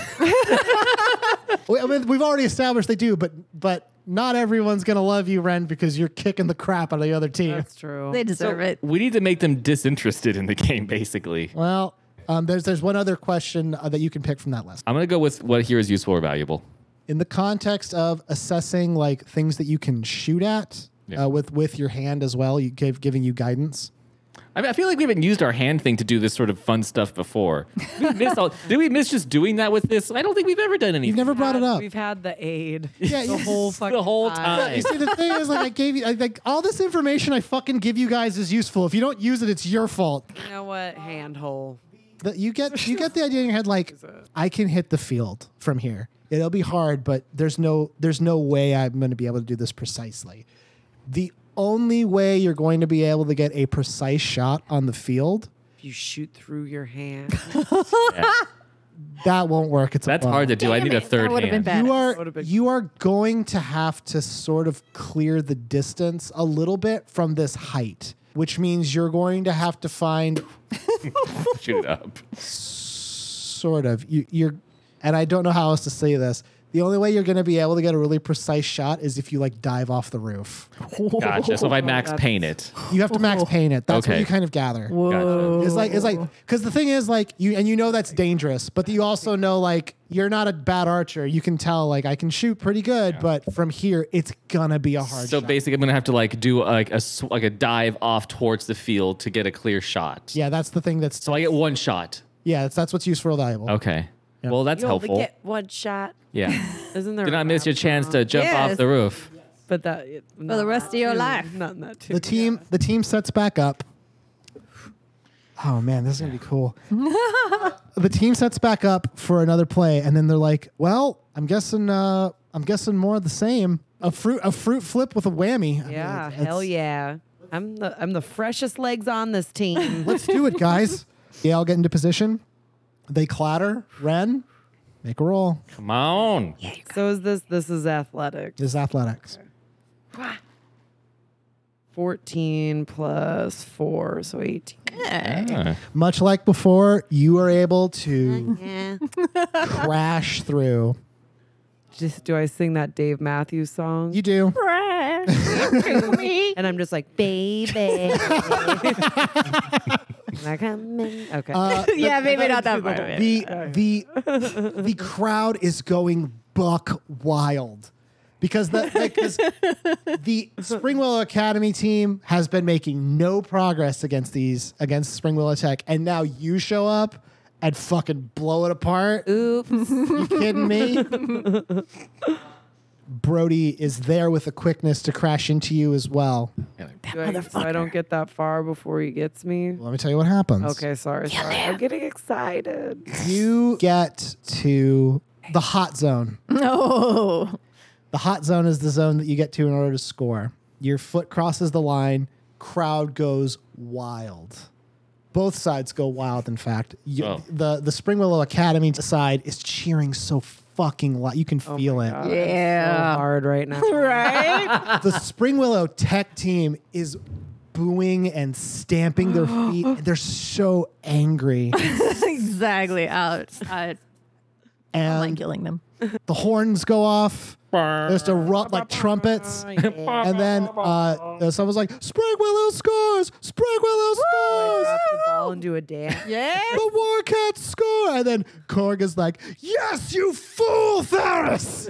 Speaker 1: We- I mean, we've already established they do, but but not everyone's gonna love you, Ren, because you're kicking the crap out of the other team.
Speaker 4: That's true.
Speaker 6: They deserve it.
Speaker 3: We need to make them disinterested in the game, basically.
Speaker 1: well, um, there's there's one other question uh, that you can pick from that list.
Speaker 3: I'm gonna go with what here is useful or valuable.
Speaker 1: in the context of assessing like things that you can shoot at
Speaker 3: Yeah.
Speaker 1: uh, with with your hand as well. You give giving you guidance.
Speaker 3: I mean, I feel like we haven't used our hand thing to do this sort of fun stuff before. We missed all, did we miss just doing that with this? I don't think we've ever done anything.
Speaker 1: You've never brought it up.
Speaker 4: We've had the aid.
Speaker 1: Yeah,
Speaker 4: the
Speaker 1: you-
Speaker 4: whole fucking
Speaker 3: the whole time.
Speaker 1: You see, the thing is, like, I gave you, I, like, all this information I fucking give you guys is useful. If you don't use it, it's your fault.
Speaker 4: You know what? Handhole.
Speaker 1: The, you get, you get the idea in your head, like, I can hit the field from here. It'll be hard, but there's no, there's no way I'm going to be able to do this precisely. The only way you're going to be able to get a precise shot on the field,
Speaker 4: If you shoot through your hand,
Speaker 1: that won't work. It's a
Speaker 3: That's
Speaker 1: bug.
Speaker 3: hard to do. I
Speaker 6: Damn
Speaker 3: need a
Speaker 6: it, that
Speaker 3: third
Speaker 6: would've
Speaker 3: hand.
Speaker 6: been bad.
Speaker 1: you
Speaker 4: Would've
Speaker 1: are
Speaker 4: been-
Speaker 1: you are going to have to sort of clear the distance a little bit from this height which means you're going to have to find
Speaker 3: Shoot it up.
Speaker 1: sort of you, you're and i don't know how else to say this the only way you're going to be able to get a really precise shot is if you like dive off the roof
Speaker 3: Gotcha. So if I max
Speaker 4: that's-
Speaker 3: paint it,
Speaker 1: you have to max paint it that's what
Speaker 3: Okay.
Speaker 1: you kind of gather
Speaker 3: gotcha.
Speaker 1: It's like it's like because the thing is like you and you know that's dangerous, but you also know like you're not a bad archer. You can tell like I can shoot pretty good, but from here it's gonna be a hard.
Speaker 3: So
Speaker 1: shot.
Speaker 3: basically, I'm gonna have to like do like a sw- like a dive off towards the field to get a clear shot.
Speaker 1: yeah, that's the thing that's
Speaker 3: So I get one shot.
Speaker 1: yeah, that's, that's what's useful valuable.
Speaker 3: Okay. Well, that's
Speaker 4: you only
Speaker 3: helpful.
Speaker 4: get one shot.
Speaker 3: Yeah.
Speaker 4: Isn't there?
Speaker 3: Did
Speaker 4: a
Speaker 3: not miss
Speaker 4: rap
Speaker 3: your chance
Speaker 4: song?
Speaker 3: to jump off
Speaker 6: Yes.
Speaker 3: the roof.
Speaker 4: but that for
Speaker 6: the rest of your life.
Speaker 4: Not in that too.
Speaker 1: The team the team sets back up. Oh man, this is gonna be cool. the team sets back up for another play, and then they're like, "Well, I'm guessing, uh, I'm guessing more of the same. A fruit, a fruit flip with a whammy. I mean,
Speaker 4: Yeah,
Speaker 1: it's-
Speaker 4: hell yeah. I'm the I'm the freshest legs on this team.
Speaker 1: Let's do it, guys. They all get into position. They clatter. Ren, make a roll.
Speaker 3: Come on.
Speaker 4: so is this this is athletic.
Speaker 1: This is athletics.
Speaker 4: 14 plus 4, so 18.
Speaker 3: Yeah.
Speaker 1: Much like before, you are able to crash through.
Speaker 4: Just do I sing that Dave Matthews song?
Speaker 1: You do.
Speaker 4: and I'm just like, baby. Can I come in? Okay.
Speaker 6: yeah, maybe not that part of it.
Speaker 1: the the the crowd is going buck wild because the like, 'cause the Springwell Academy team has been making no progress against these against Springwell Tech, and now you show up and fucking blow it apart.
Speaker 4: Oops.
Speaker 1: You kidding me? Brody is there with a quickness to crash into you as well.
Speaker 4: Do I, so I don't get that far before he gets me.
Speaker 1: Let me tell you what happens.
Speaker 4: Okay, sorry, sorry. I'm getting excited.
Speaker 1: You get to the hot zone.
Speaker 6: No.
Speaker 1: The hot zone is the zone that you get to in order to score. Your foot crosses the line, crowd goes wild. Both sides go wild, in fact. You,
Speaker 3: Oh.
Speaker 1: The the Spring Willow Academy side is cheering so fucking loud. You can feel it.
Speaker 4: God, I'm
Speaker 6: Yeah.
Speaker 4: so hard right now.
Speaker 6: Right?
Speaker 1: The Spring Willow Tech team is booing and stamping their feet. They're so angry.
Speaker 6: exactly. Out. I don't like
Speaker 1: And
Speaker 6: killing them.
Speaker 1: the horns go off. There's the ru- like trumpets. And then uh, someone's like, Spring Willow scores! Spring Willow scores!
Speaker 4: Drop the ball and do a dance.
Speaker 6: Yeah.
Speaker 1: the war can't score. And then Korg is like, Yes, you fool, Tharis.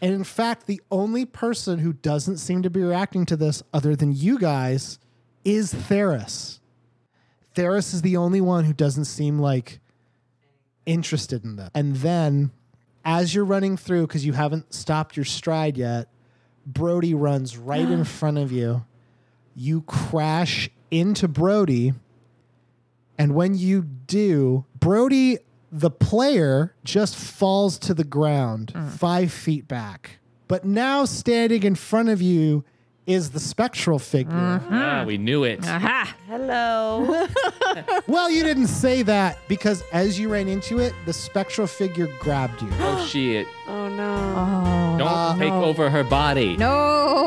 Speaker 1: and in fact, the only person who doesn't seem to be reacting to this other than you guys is Tharis. Tharis is the only one who doesn't seem like interested in this. And then as you're running through, because you haven't stopped your stride yet, Brody runs right in front of you. You crash into Brody. And when you do, Brody, the player, just falls to the ground five feet back. But now standing in front of you is the spectral figure.
Speaker 3: Ah, we knew it.
Speaker 6: Aha.
Speaker 4: Hello.
Speaker 1: Well, you didn't say that because as you ran into it, the spectral figure grabbed you.
Speaker 3: Oh, shit.
Speaker 4: oh no.
Speaker 3: Don't take over her body.
Speaker 6: No.